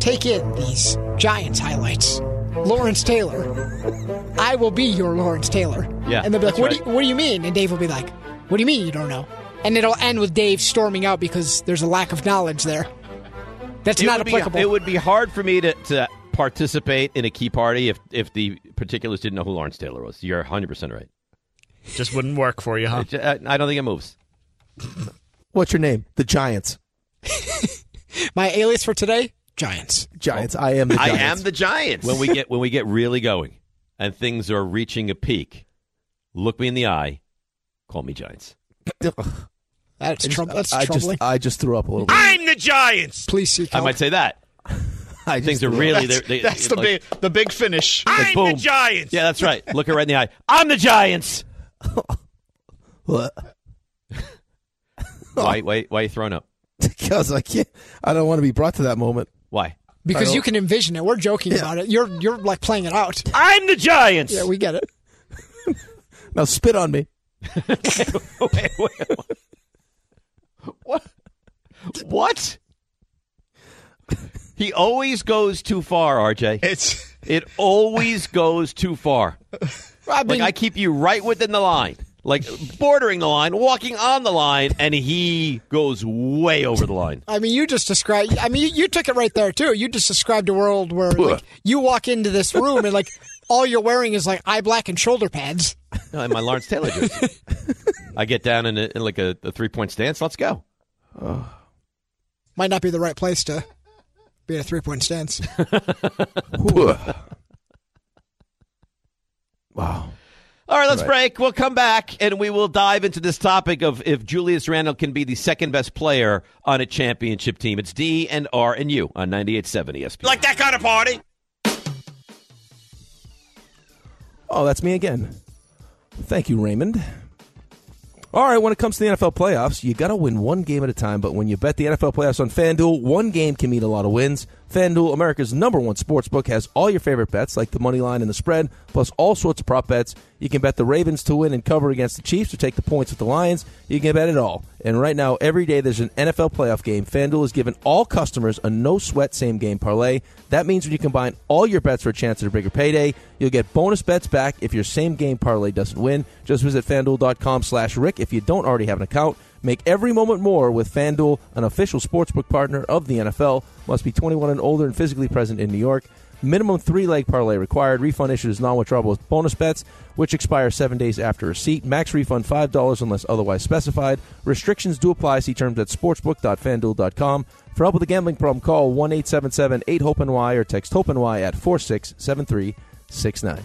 Speaker 5: take in these Giants highlights. Lawrence Taylor. I will be your Lawrence Taylor.
Speaker 1: Yeah,
Speaker 5: And they'll be like,
Speaker 1: that's
Speaker 5: what,
Speaker 1: right.
Speaker 5: do you, what do you mean? And Dave will be like, what do you mean you don't know? And it'll end with Dave storming out because there's a lack of knowledge there. That's
Speaker 1: It
Speaker 5: not
Speaker 1: would be-
Speaker 5: applicable.
Speaker 1: it would be hard for me to, to participate in a key party if if the particulars didn't know who Lawrence Taylor was. You're 100 percent right.
Speaker 9: Just wouldn't work for you, huh?
Speaker 1: It ju- I I don't think it moves.
Speaker 8: What's your name? The Giants.
Speaker 5: My alias for today, Giants.
Speaker 8: Giants. I am the
Speaker 1: I
Speaker 8: Giants.
Speaker 1: am the Giants. When we get when we get really going and things are reaching a peak, look me in the eye, call me Giants.
Speaker 5: That's, trou- that's
Speaker 8: I just
Speaker 5: troubling.
Speaker 8: I just threw up a little. bit.
Speaker 21: I'm the Giants.
Speaker 5: Please seek
Speaker 1: I
Speaker 5: help.
Speaker 1: might say that.
Speaker 8: I just
Speaker 1: Things are
Speaker 8: threw up.
Speaker 1: really they're-
Speaker 9: That's,
Speaker 1: they-
Speaker 9: that's the,
Speaker 1: like-
Speaker 9: big, the big finish.
Speaker 21: I'm the
Speaker 1: boom.
Speaker 21: Giants.
Speaker 1: Yeah, that's right. Look her right in the eye. I'm the Giants.
Speaker 8: What? Oh.
Speaker 1: Why why why are you throwing up?
Speaker 8: because I can't. I don't want to be brought to that moment.
Speaker 1: Why?
Speaker 5: Because
Speaker 8: I
Speaker 5: you can envision it. We're joking about it. You're you're like playing it out.
Speaker 21: I'm the Giants.
Speaker 5: Yeah, we get it.
Speaker 8: Now spit on me.
Speaker 1: Wait, wait, what? What? He always goes too far, RJ.
Speaker 9: It's
Speaker 1: It always goes too far.
Speaker 5: I mean,
Speaker 1: Like I keep you right within the line, like bordering the line, walking on the line, and he goes way over the line.
Speaker 5: I mean, you just described. I mean, you, you took it right there too. You just described a world where like, you walk into this room and like all you're wearing is like eye black and shoulder pads.
Speaker 1: No, in my Lawrence Taylor jersey, I get down in, a, in like a, a three point stance. Let's go.
Speaker 5: Might not be the right place to be at a three point stance.
Speaker 8: Wow.
Speaker 1: All right, let's
Speaker 24: Right.
Speaker 1: break. We'll come back and we will dive into this topic of if Julius Randle can be the second best player on a championship team. It's D and R and U on 98.7 ESPN.
Speaker 21: Like that kind of party.
Speaker 8: Oh, that's me again. Thank you, Raymond. All right, when it comes to the NFL playoffs, you got to win one game at a time, but when you bet the NFL playoffs on FanDuel, one game can mean a lot of wins. FanDuel, America's number one sports book, has all your favorite bets like the money line and the spread, plus all sorts of prop bets. You can bet the Ravens to win and cover against the Chiefs or take the points with the Lions. You can bet it all. And right now, every day there's an NFL playoff game. FanDuel is giving all customers a no sweat same game parlay. That means when you combine all your bets for a chance at a bigger payday, you'll get bonus bets back if your same game parlay doesn't win. Just visit fanduel.com slash Rick if you don't already have an account. Make every moment more with FanDuel, an official sportsbook partner of the NFL. Must be 21 and older and physically present in New York. Minimum three leg parlay required. Refund issued is non withdrawable with bonus bets, which expire seven days after receipt. Max refund $5 unless otherwise specified. Restrictions do apply. See terms at sportsbook.fanduel.com. For help with a gambling problem, call 1 877 8 HOPE NY or text HOPE NY at 467369.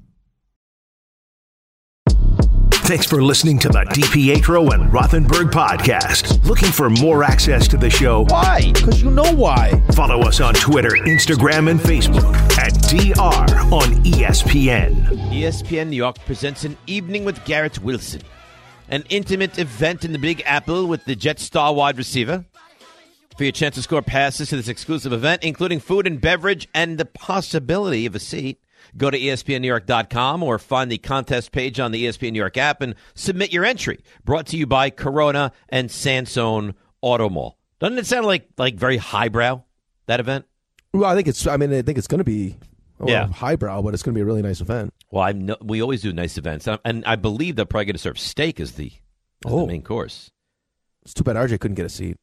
Speaker 2: Thanks for listening to the DPetro and Rothenberg podcast. Looking for more access to the show? Why? Because you know why. Follow us on Twitter, Instagram, and Facebook at DR on E ESPN.
Speaker 1: ESPN New York presents an evening with Garrett Wilson, an intimate event in the Big Apple with the Jet star wide receiver. For your chance to score passes to this exclusive event, including food and beverage and the possibility of a seat, go to E espnnewyork.com or find the contest page on the E ESPN New York app and submit your entry. Brought to you by Corona and Sansone Auto Mall. Doesn't it sound like like very highbrow that event?
Speaker 8: Well, I think it's, I mean, I think it's going to be well,
Speaker 1: Yeah.
Speaker 8: highbrow, but it's going to be a really nice event.
Speaker 1: Well, I'm no, we always do nice events, and- and I believe they're probably going to serve steak as the, as the main course.
Speaker 8: It's too bad RJ couldn't get a seat.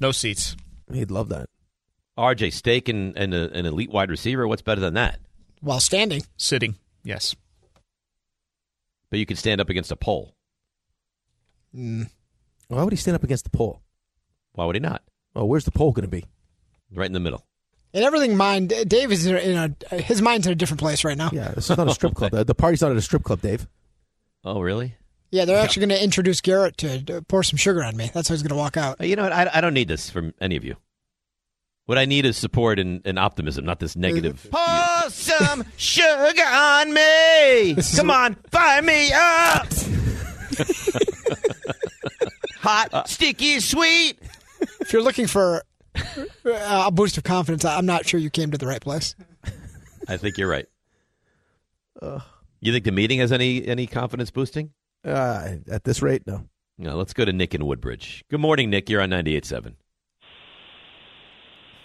Speaker 9: No seats.
Speaker 8: He'd love that.
Speaker 1: RJ steak and, and a, an elite wide receiver. What's better than that?
Speaker 5: While standing.
Speaker 9: Sitting. Yes.
Speaker 1: But you could stand up against a pole.
Speaker 8: Why would he stand up against the pole?
Speaker 1: Why would he not?
Speaker 8: Oh, where's the pole going to be?
Speaker 1: Right in the middle.
Speaker 5: And everything mind Dave is in a his mind's in a different place right now.
Speaker 8: Yeah, This is not a strip club. The, the party's not at a strip club, Dave.
Speaker 1: Oh, really?
Speaker 5: Yeah, they're actually going to introduce Garrett to uh, pour some sugar on me. That's how he's going to walk out.
Speaker 1: Uh, You know what? I, I don't need this from any of you. What I need is support and, and optimism, not this negative.
Speaker 21: Pour some sugar on me. Come on, fire me up.
Speaker 1: Uh,
Speaker 5: Hot, sticky, sweet. If you're looking for uh, a boost of confidence, I- I'm not sure you came to the right place.
Speaker 1: I think you're right.
Speaker 8: Uh,
Speaker 1: You think the meeting has any any confidence boosting?
Speaker 8: uh, at this rate, no.
Speaker 1: No, let's go to Nick in Woodbridge. Good morning, Nick. You're on 98.7.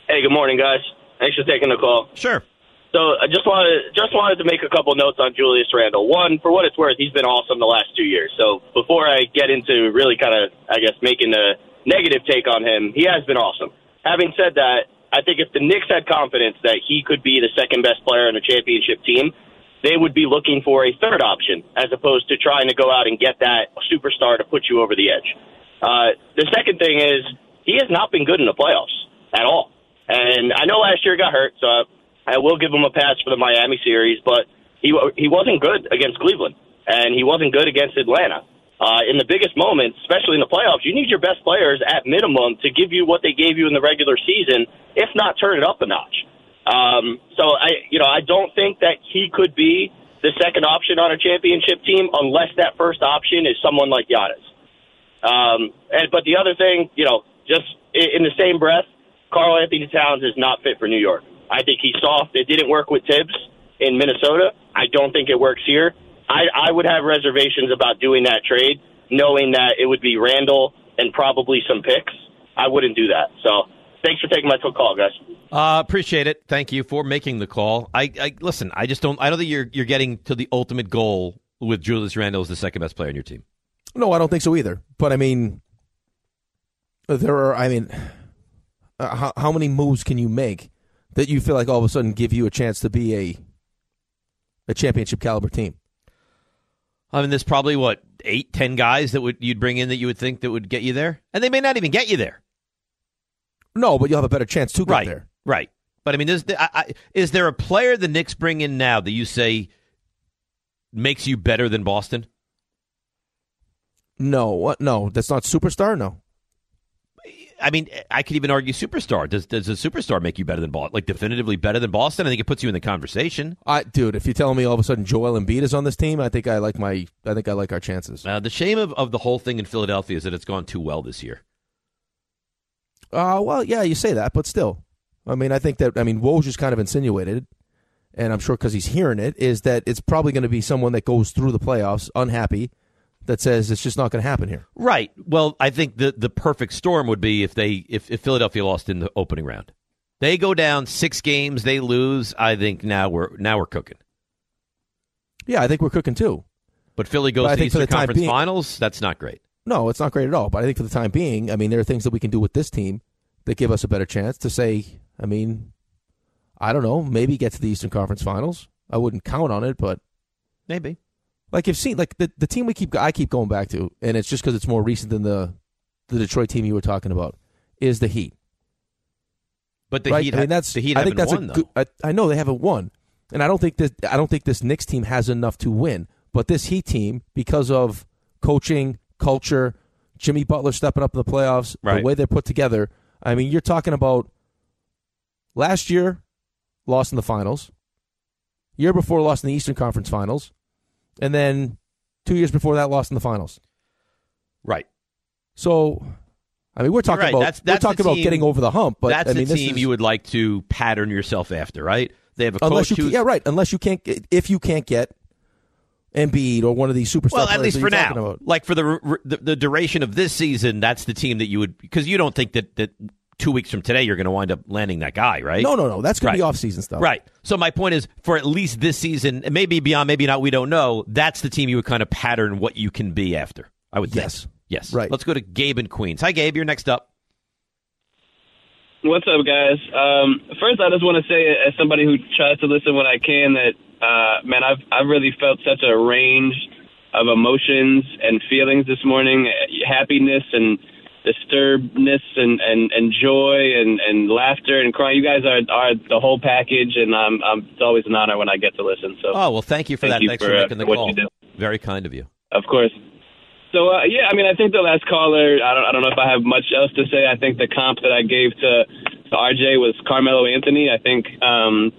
Speaker 11: Hey, good morning, guys. Thanks for taking the call.
Speaker 1: Sure.
Speaker 11: So I just wanted just wanted to make a couple notes on Julius Randle. One, for what it's worth, he's been awesome the last two years. So before I get into really kind of, I guess, making a negative take on him, he has been awesome. Having said that, I think if the Knicks had confidence that he could be the second best player on a championship team, they would be looking for a third option as opposed to trying to go out and get that superstar to put you over the edge. Uh, the second thing is he has not been good in the playoffs at all. And I know last year he got hurt, so I- I will give him a pass for the Miami series, but he wa- he wasn't good against Cleveland, and he wasn't good against Atlanta. Uh, in the biggest moments, especially in the playoffs, you need your best players at minimum to give you what they gave you in the regular season, if not turn it up a notch. Um, so I, you know, I don't think that he could be the second option on a championship team unless that first option is someone like Giannis. Um, and but the other thing, you know, just i- in the same breath, Carl Anthony Towns is not fit for New York. I think he's soft. It didn't work with Tibbs in Minnesota. I don't think it works here. I, I would have reservations about doing that trade, knowing that it would be Randall and probably some picks. I wouldn't do that. So thanks for taking my call, guys.
Speaker 1: Uh, appreciate it. Thank you for making the call. I, I listen. I just don't. I don't think you're you're getting to the ultimate goal with Julius Randle as the second best player on your team.
Speaker 8: No, I don't think so either. But I mean, there are. I mean, uh, how, how many moves can you make that you feel like all of a sudden give you a chance to be a a championship caliber team?
Speaker 1: I mean, there's probably what eight, ten guys that would you'd bring in that you would think that would get you there, and they may not even get you there.
Speaker 8: No, but you'll have a better chance to get
Speaker 1: right,
Speaker 8: there.
Speaker 1: right. But I mean, there's, I, I, is there a player the Knicks bring in now that you say makes you better than Boston?
Speaker 8: No, what? No, that's not superstar. No,
Speaker 1: I mean, I could even argue superstar. Does does a superstar make you better than Boston? Like definitively better than Boston? I think it puts you in the conversation.
Speaker 8: I dude, if you're telling me all of a sudden Joel Embiid is on this team, I think I like my. I think I like our chances.
Speaker 1: Uh, the shame of, of the whole thing in Philadelphia is that it's gone too well this year.
Speaker 8: Uh, well, yeah, you say that, but still, I mean, I think that I mean Woj just kind of insinuated, and I'm sure because he's hearing it, is that it's probably going to be someone that goes through the playoffs unhappy, that says it's just not going to happen here.
Speaker 1: Right. Well, I think the the perfect storm would be if they if, if Philadelphia lost in the opening round. They go down six games, they lose. I think now we're now we're cooking.
Speaker 8: Yeah, I think we're cooking too.
Speaker 1: But Philly goes
Speaker 8: But I
Speaker 1: to the
Speaker 8: think for
Speaker 1: Eastern
Speaker 8: the time
Speaker 1: Conference
Speaker 8: being-
Speaker 1: Finals. That's not great.
Speaker 8: No, it's not great at all. But I think for the time being, I mean, there are things that we can do with this team that give us a better chance to say, I mean, I don't know, maybe get to the Eastern Conference Finals. I wouldn't count on it, but
Speaker 1: maybe.
Speaker 8: Like you've seen, like the, the team we keep, I keep going back to, and it's just because it's more recent than the the Detroit team you were talking about is the Heat.
Speaker 1: But the
Speaker 8: right?
Speaker 1: Heat,
Speaker 8: I
Speaker 1: ha-
Speaker 8: mean, that's
Speaker 1: the Heat
Speaker 8: I think
Speaker 1: haven't
Speaker 8: that's
Speaker 1: won
Speaker 8: a
Speaker 1: though.
Speaker 8: good. I, I know they haven't won, and I don't think this. I don't think this Knicks team has enough to win. But this Heat team, because of coaching, culture, Jimmy Butler stepping up in the playoffs,
Speaker 1: Right.
Speaker 8: the way they're put together. I mean, you're talking about last year, lost in the finals. Year before, lost in the Eastern Conference Finals, and then two years before that, lost in the finals.
Speaker 1: Right.
Speaker 8: So, I mean, we're talking
Speaker 1: right.
Speaker 8: about
Speaker 1: that's, that's
Speaker 8: we're talking
Speaker 1: the
Speaker 8: about
Speaker 1: team-
Speaker 8: getting over the hump, but
Speaker 1: that's
Speaker 8: I mean,
Speaker 1: the
Speaker 8: this
Speaker 1: team
Speaker 8: is,
Speaker 1: you would like to pattern yourself after, right? They have a
Speaker 8: unless
Speaker 1: coach
Speaker 8: you
Speaker 1: who's
Speaker 8: yeah right unless you can't get- if you can't get Embiid or one of these superstars.
Speaker 1: well, at least for now. Like for the, r- the the duration of this season, that's the team that you would because you don't think that that two weeks from today you're going to wind up landing that guy, right?
Speaker 8: No, no, no. That's going
Speaker 1: Right.
Speaker 8: to be offseason stuff.
Speaker 1: Right. So my point is, for at least this season, and maybe beyond, maybe not, we don't know. That's the team you would kind of pattern what you can be after. I would yes, yes. Right. Let's go to Gabe in Queens. Hi, Gabe. You're next up.
Speaker 24: What's up, guys? Um, first, I just want to say, as somebody who tries to listen when I can, that uh, man, I've I've really felt such a range of emotions and feelings this morning: happiness and disturbedness and, and, and joy and, and laughter and crying. You guys are are the whole package, and I'm, I'm it's always an honor when I get to listen. So,
Speaker 1: Oh well, thank you for that.
Speaker 24: you
Speaker 1: Thanks
Speaker 24: for,
Speaker 1: for,
Speaker 24: uh,
Speaker 1: making the
Speaker 24: for what
Speaker 1: call.
Speaker 24: you do.
Speaker 1: Very kind of you.
Speaker 24: Of course. So uh, yeah, I mean, I think the last caller. I don't. I don't know if I have much else to say. I think the comp that I gave to, to RJ was Carmelo Anthony. I think um,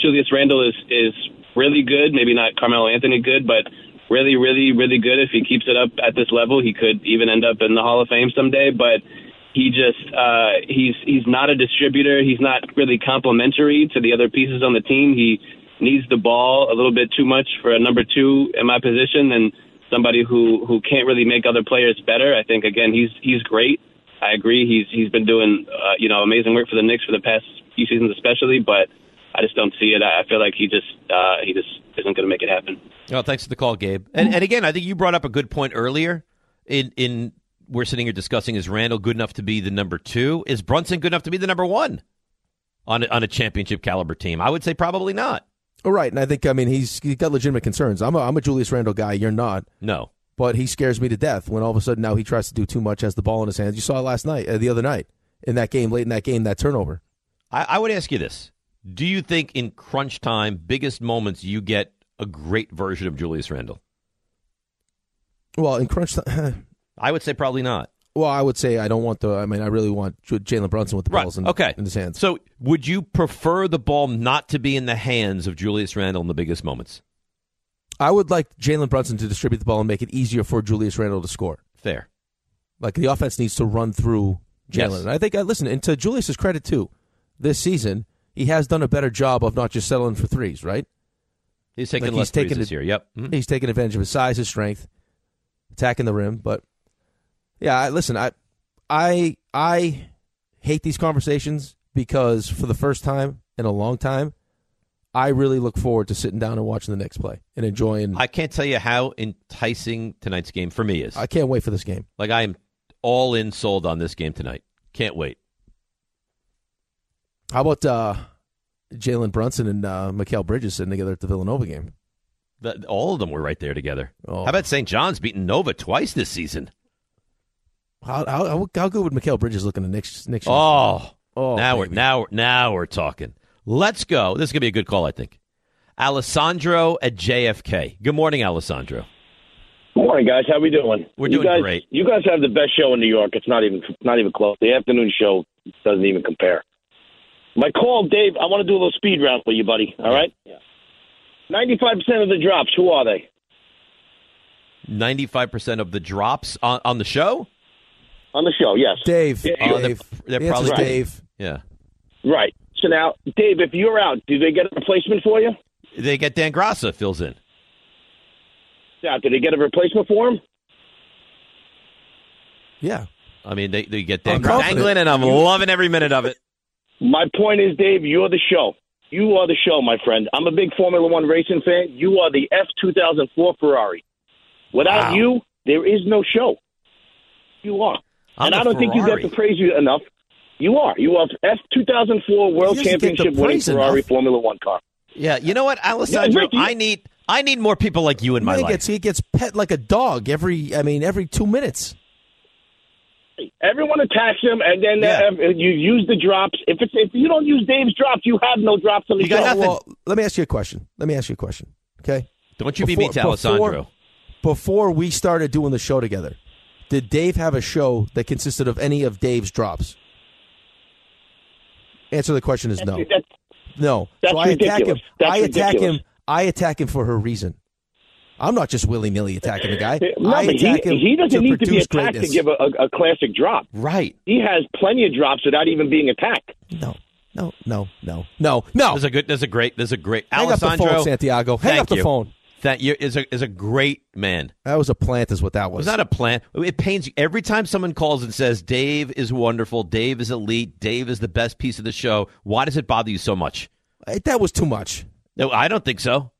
Speaker 24: Julius Randle is is really good. Maybe not Carmelo Anthony good, but really, really, really good. If he keeps it up at this level, he could even end up in the Hall of Fame someday. But he just uh, he's he's not a distributor. He's not really complementary to the other pieces on the team. He needs the ball a little bit too much for a number two in my position and somebody who who can't really make other players better. I think again he's he's great. I agree. He's he's been doing uh, you know amazing work for the Knicks for the past few seasons especially, but I just don't see it. I I feel like he just uh, he just isn't going to make it happen.
Speaker 1: Oh, thanks for the call, Gabe. And, and again, I think you brought up a good point earlier. In in we're sitting here discussing is Randall good enough to be the number two? Is Brunson good enough to be the number one on a, on a championship caliber team? I would say probably not.
Speaker 8: All Oh, right, and I think I mean he's he's got legitimate concerns. I'm a, I'm a Julius Randle guy. You're not.
Speaker 1: No.
Speaker 8: But he scares me to death when all of a sudden now he tries to do too much, has the ball in his hands. You saw it last night, uh, the other night in that game, late in that game, that turnover.
Speaker 1: I, I would ask you this: Do you think in crunch time, biggest moments, you get a great version of Julius Randle?
Speaker 8: Well, in crunch time,
Speaker 1: I would say probably not.
Speaker 8: well, I would say I don't want the. I mean, I really want J- Jalen Brunson with the balls in,
Speaker 1: Okay.
Speaker 8: in his hands.
Speaker 1: So, would you prefer the ball not to be in the hands of Julius Randle in the biggest moments?
Speaker 8: I would like Jalen Brunson to distribute the ball and make it easier for Julius Randle to score.
Speaker 1: Fair.
Speaker 8: Like the offense needs to run through Jalen.
Speaker 1: Yes.
Speaker 8: And I think, uh, listen, and to Julius's credit too, this season he has done a better job of not just settling for threes. Right?
Speaker 1: He's taking
Speaker 8: Like,
Speaker 1: less threes
Speaker 8: taken
Speaker 1: this
Speaker 8: ad-
Speaker 1: year. Yep. Mhm.
Speaker 8: He's taking advantage of his size, his strength, attacking the rim. But yeah, I, listen, I, I, I hate these conversations because for the first time in a long time, I really look forward to sitting down and watching the Knicks play and enjoying.
Speaker 1: I can't tell you how enticing tonight's game for me is.
Speaker 8: I can't wait for this game.
Speaker 1: Like I am all in sold on this game tonight. Can't wait.
Speaker 8: How about uh, Jalen Brunson and uh, Mikael Bridges sitting together at the Villanova game?
Speaker 1: The, all of them were right there together.
Speaker 8: Oh.
Speaker 1: How about St. John's beating Nova twice this season?
Speaker 8: How how, how, how good would Mikael Bridges look in the next next? year?
Speaker 1: Oh,
Speaker 8: Oh,
Speaker 1: now we're now we're- now we're talking. Let's go. This is gonna be a good call, I think. Alessandro at JFK. Good morning, Alessandro.
Speaker 12: Good morning, guys. How we doing?
Speaker 1: We're
Speaker 12: You
Speaker 1: doing
Speaker 12: guys-
Speaker 1: great.
Speaker 12: You guys have the best show in New York. It's not even not even close. The afternoon show doesn't even compare. My call, Dave. I want to do a little speed round for you, buddy. All right. Ninety-five percent of the drops. Who are they
Speaker 1: Ninety-five percent of the drops on, on the show.
Speaker 12: on the show? Yes.
Speaker 8: Dave.
Speaker 1: Oh, they're- they're probably Yeah.
Speaker 12: Right. So now, Dave, if you're out, do they get a replacement for you?
Speaker 1: They get Dan Grassa fills in.
Speaker 12: Now, do they get a replacement for him?
Speaker 8: Yeah.
Speaker 1: I mean, they, they get Dan
Speaker 12: I'm confident.
Speaker 1: Dangling, and I'm loving every minute of it.
Speaker 12: My point is, Dave, you're the show. You are the show, my friend. I'm a big Formula One racing fan. You are the F2004 Ferrari. Without
Speaker 14: Wow.
Speaker 12: you, there is no show. You are.
Speaker 14: I'm
Speaker 12: and
Speaker 14: a
Speaker 12: I don't think you
Speaker 14: Ferrari.
Speaker 12: get to praise you enough. You are. You are F2004 World
Speaker 1: He doesn't get the
Speaker 12: Championship winning
Speaker 1: praise enough.
Speaker 12: Ferrari Formula One car.
Speaker 1: Yeah, you know what, Alessandro?
Speaker 12: Rick, you-
Speaker 1: I need I need more people like you in my
Speaker 8: he
Speaker 1: life.
Speaker 8: gets he gets pet like a dog every. I mean, every two minutes.
Speaker 12: Everyone attacks him, and then uh, you use the drops. If it's if you don't use Dave's drops, you have no drops on the show.
Speaker 8: Well, let me ask you a question. Let me ask you a question. Okay.
Speaker 1: Don't you beat me to Alessandro.
Speaker 8: Before we started doing the show together, did Dave have a show that consisted of any of Dave's drops? Answer the question is no.
Speaker 12: That's-
Speaker 8: No.
Speaker 12: That's
Speaker 8: so I attack him.
Speaker 12: ridiculous. That's
Speaker 8: I attack
Speaker 12: ridiculous.
Speaker 8: him. I attack him for her reason. I'm not just willy nilly attacking the guy.
Speaker 12: Uh, No,
Speaker 8: I
Speaker 12: but he,
Speaker 8: attack him
Speaker 12: he doesn't
Speaker 8: to
Speaker 12: need to be
Speaker 8: produce
Speaker 12: attacked
Speaker 8: greatness.
Speaker 12: to give a, a, a classic drop.
Speaker 1: Right.
Speaker 12: He has plenty of drops without even being attacked.
Speaker 8: No, no, no, no, no, no.
Speaker 1: There's a good. There's a great. There's a great.
Speaker 8: Hang up the phone,
Speaker 1: Alessandro
Speaker 8: Santiago. Hang
Speaker 1: thank
Speaker 8: up the
Speaker 1: you.
Speaker 8: phone.
Speaker 1: That you is a is a great man.
Speaker 8: That was a plant, is what that
Speaker 1: It
Speaker 8: was.
Speaker 1: was not a plan. It pains you every time someone calls and says Dave is wonderful. Dave is elite. Dave is the best piece of the show. Why does it bother you so much?
Speaker 8: that was too much.
Speaker 1: No, I don't think so.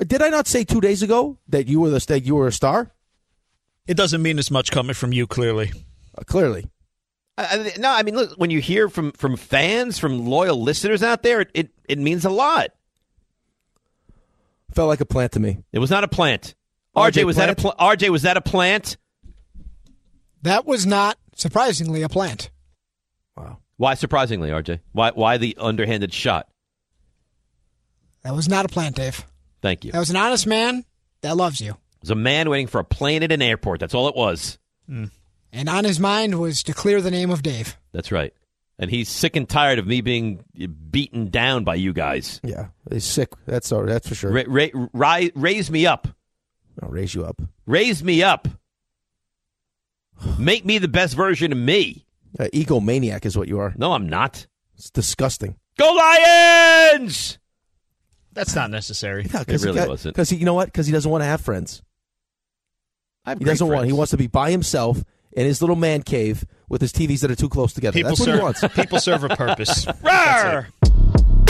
Speaker 8: Did I not say two days ago that you were the that you were a star?
Speaker 9: It doesn't mean as much coming from you, clearly.
Speaker 8: Uh, clearly.
Speaker 1: I, I, no, I mean, look, when you hear from from fans, from loyal listeners out there, it, it it means a lot.
Speaker 8: Felt like a plant to me.
Speaker 1: It was not a plant. RJ, was that a pl- RJ was that a plant?
Speaker 5: That was not surprisingly a plant.
Speaker 1: Why surprisingly, RJ? Why why the underhanded shot?
Speaker 5: That was not a plant, Dave.
Speaker 1: Thank you.
Speaker 5: That was an honest man that loves you.
Speaker 1: It was a man waiting for a plane at an airport. That's all it was.
Speaker 5: And on his mind was to clear the name of Dave.
Speaker 1: That's right. And he's sick and tired of me being beaten down by you guys.
Speaker 8: Yeah, he's sick. That's all. That's for sure.
Speaker 1: Ra- ra- ri- raise me up.
Speaker 8: I'll raise you up.
Speaker 1: Raise me up. Make me the best version of me.
Speaker 8: Uh, egomaniac is what you are.
Speaker 1: No, I'm not.
Speaker 8: It's disgusting.
Speaker 1: Go Lions!
Speaker 9: That's not necessary.
Speaker 8: Because you know what? Because he doesn't want to have friends. he
Speaker 9: great
Speaker 8: doesn't want. He
Speaker 9: friends.
Speaker 8: wants to be by himself in his little man cave with his TVs that are too close together.
Speaker 9: People
Speaker 8: That's what he
Speaker 9: serve-
Speaker 8: wants.
Speaker 9: people serve a purpose.